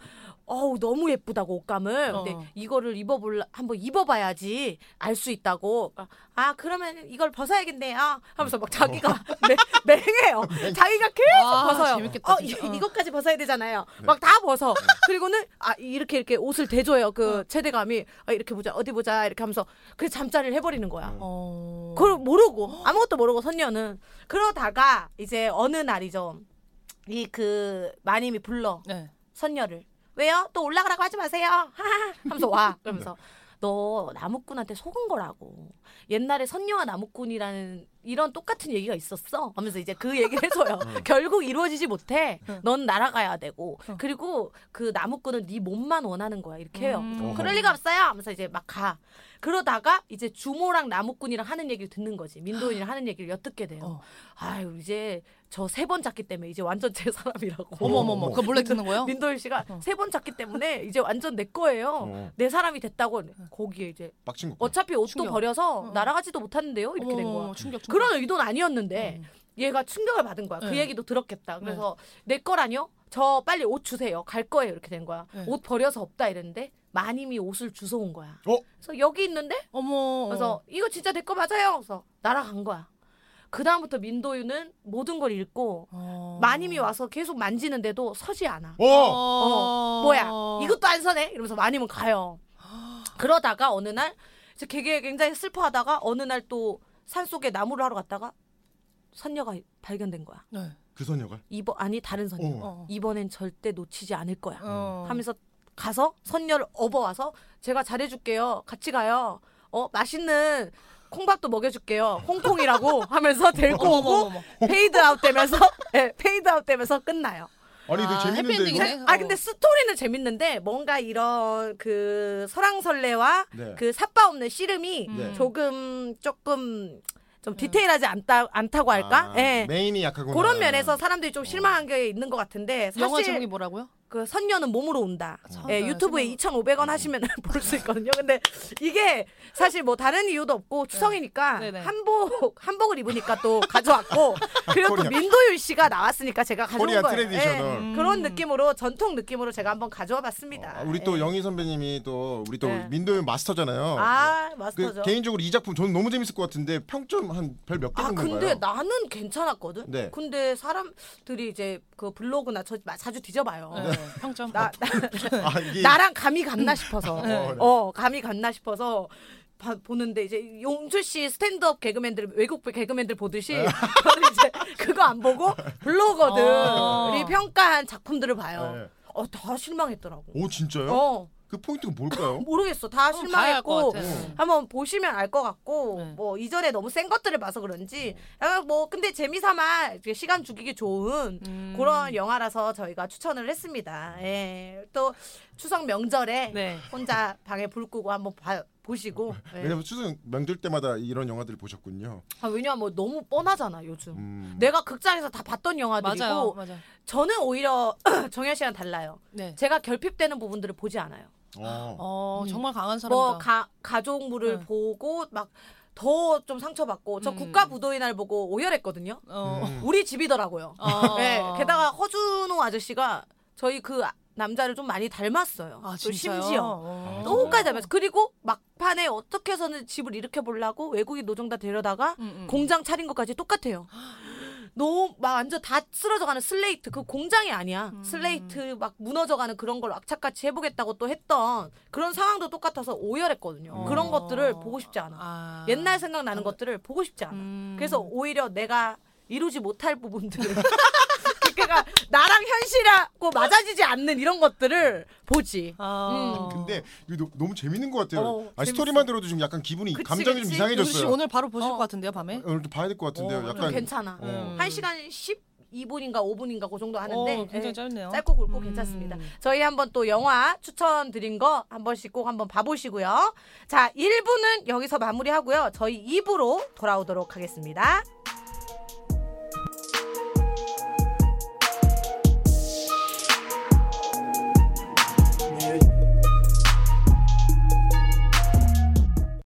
어우 너무 예쁘다고 옷감을. 근데 어. 이거를 입어볼 한번 입어봐야지 알 수 있다고. 아 그러면 이걸 벗어야겠네요. 하면서 막 자기가 매, <laughs> 맹해요. 자기가 계속 아, 벗어요. 재밌겠다, 어, 이, 진짜. 어. 이것까지 벗어야 되잖아요. 막 다 벗어. 그리고는 아 이렇게 이렇게 옷을 대줘요. 어. 그 최대감이 아, 이렇게 보자 어디 보자 이렇게 하면서 그래 잠자리를 해버리는 거야. 어. 그걸 모르고 아무것도 모르고 선녀는 그러다가 이제 어느 날이죠 이 그 마님이 불러 네. 선녀를 왜요 또 올라가라고 하지 마세요 하하 하면서 와 그러면서 너 나무꾼한테 속은 거라고 옛날에 선녀와 나무꾼이라는 이런 똑같은 얘기가 있었어 하면서 이제 그 얘기를 <laughs> 해줘요 결국 이루어지지 못해 넌 날아가야 되고 그리고 그 나무꾼은 네 몸만 원하는 거야 이렇게 해요 음. 그럴 리가 없어요 하면서 이제 막 가 그러다가 이제 주모랑 나무꾼이랑 하는 얘기를 듣는 거지 민도인이랑 하는 얘기를 엿듣게 돼요 어. 아유 이제 저 세 번 잤기 때문에 이제 완전 제 <laughs> 사람이라고 어머머머. 어. 그거 몰래 듣는 거예요? 민도일 씨가 세 번 잤기 때문에 이제 완전 내 거예요. 어. 내 사람이 됐다고 거기에 이제 빡친 거. 어차피 옷도 네. 충격. 버려서 어. 날아가지도 못하는데요 이렇게 된 어머머머, 거야. 충격 충격. 그런 의도는 아니었는데 얘가 충격을 받은 거야. 그 네. 얘기도 들었겠다. 그래서 내 거라뇨? 저 빨리 옷 주세요. 갈 거예요 이렇게 된 거야. 네. 옷 버려서 없다 이랬는데 마님이 옷을 주워 온 거야. 어? 그래서 여기 있는데 어머. 그래서 이거 진짜 내 거 맞아요. 그래서 날아간 거야. 그 다음부터 민도윤은 모든 걸 잃고 어. 마님이 와서 계속 만지는데도 서지 않아. 어. 어, 뭐야 이것도 안 서네 이러면서 마님은 가요 그러다가 어느 날 이제 되게 굉장히 슬퍼하다가 어느 날 또 산속에 나무를 하러 갔다가 선녀가 발견된 거야 네. 그 선녀가. 이번 아니 다른 선녀 어. 어. 이번엔 절대 놓치지 않을 거야 어. 하면서 가서 선녀를 업어와서 제가 잘해줄게요 같이 가요 어 맛있는 콩밥도 먹여줄게요 홍콩이라고 <laughs> 하면서 데리고 오고 어머머머머. 페이드 아웃 되면서 예, 페이드 아웃 되면서 끝나요 아니 되게 아, 재밌는데 이거. 해피엔딩이네. 아 어. 근데 스토리는 재밌는데 뭔가 이런 그 설왕설래와 네. 그 삿바 없는 씨름이 네. 조금 조금 좀 음. 디테일하지 않다 않다고 할까? 아, 음. 예. 메인이 약하구나. 그런 면에서 사람들이 좀 실망한 게 있는 것 같은데 사실 영화 제목이 뭐라고요? 그 선녀는 몸으로 온다. 예, 선녀, 유튜브에 선녀. 2,500원 하시면 <laughs> 볼 수 있거든요. 근데 이게 사실 뭐 다른 이유도 없고 추석이니까 네네. 한복 한복을 입으니까 또 <laughs> 가져왔고 그리고 또 코리아. 민도윤 씨가 나왔으니까 제가 가져온 코리아 거예요. 트레디셔널. 음. 예, 그런 느낌으로 전통 느낌으로 제가 한번 가져와 봤습니다. 아, 우리 또 예. 영희 선배님이 또 우리 또 네. 민도윤 마스터잖아요. 아 그 마스터죠. 개인적으로 이 작품 저는 너무 재밌을 것 같은데 평점 한 별 몇 개 아 정도 근데 봐요. 나는 괜찮았거든. 네. 근데 사람들이 이제 그 블로그나 저 마- 자주 뒤져봐요. 네. 평점. 나, <laughs> 아, 이게 나, 랑 감이 갔나 싶어서 네. 어 감이 갔나 싶어서 봐- 보는데 이제 용주 씨 스탠드업 개그맨들 외국 개그맨들 보듯이 네. <laughs> 저는 이제 그거 안 보고 블로거들이 어. 평가한 작품들을 봐요. 아. 네. 어 다 실망했더라고. 오 진짜요? 어 그 포인트가 <laughs> 뭘까요? 모르겠어 다 어, 봐야 할 실망했고 것 같아. 네. 한번 보시면 알 것 같고 네. 뭐 이전에 너무 센 것들을 봐서 그런지 음. 약간 뭐 근데 재미삼아 이렇게 시간 죽이기 좋은 음. 그런 영화라서 저희가 추천을 했습니다. 예. 또 추석 명절에 네. 혼자 방에 불 끄고 한번 봐, 보시고 예. 네. 왜냐면 추석 명절 때마다 이런 영화들을 보셨군요. 아, 왜냐면 뭐 너무 뻔하잖아 요즘. 음. 내가 극장에서 다 봤던 영화들이고 맞아요. 맞아. 저는 오히려 <clears throat> 정현 씨랑 달라요. 네. 제가 결핍되는 부분들을 보지 않아요. 어. 어, 정말 강한 사람이다. 음. 뭐 가, 가족물을 네. 보고 막 더 좀 상처받고 저 음. 국가 부도의 날 보고 오열했거든요. 어. 음. 우리 집이더라고요. 어. <laughs> 네, 게다가 허준호 아저씨가 저희 그 아- 남자를 좀 많이 닮았어요. 아, 또 진짜요? 심지어 어. 너무까지 닮았어. 그리고 막판에 어떻게 해서는 집을 일으켜 보려고 외국인 노동자 데려다가 음, 음. <gasps> 공장 차린 것까지 똑같아요. 너무 막 완전 다 쓰러져가는 슬레이트 그 공장이 아니야 음. 슬레이트 막 무너져가는 그런 걸 악착같이 해보겠다고 또 했던 그런 상황도 똑같아서 오열했거든요 그런 것들을 보고 싶지 않아 어. 아. 옛날 생각나는 것들을 보고 싶지 않아 음. 그래서 오히려 내가 이루지 못할 부분들을 <laughs> 그러니까 나랑 현실하고 맞아지지 않는 이런 것들을 보지 아. 근데 이거 너- 너무 재밌는 것 같아요. 어, 아 재밌어. 스토리만 들어도 지금 약간 기분이 그치, 그치. 감정이 좀 윤수 씨 이상해졌어요. 오늘 바로 보실 어. 것 같은데요 밤에? 오늘 좀 봐야 될 것 같은데요. 어, 약간 괜찮아 어. 한시간 12분인가 5분인가 그 정도 하는데 어, 굉장히 예, 짧네요. 음. 짧고 굵고 괜찮습니다. 저희 한번 또 영화 추천드린 거 한 번씩 꼭 한번 봐보시고요. 자, 1부는 여기서 마무리하고요. 저희 2부로 돌아오도록 하겠습니다.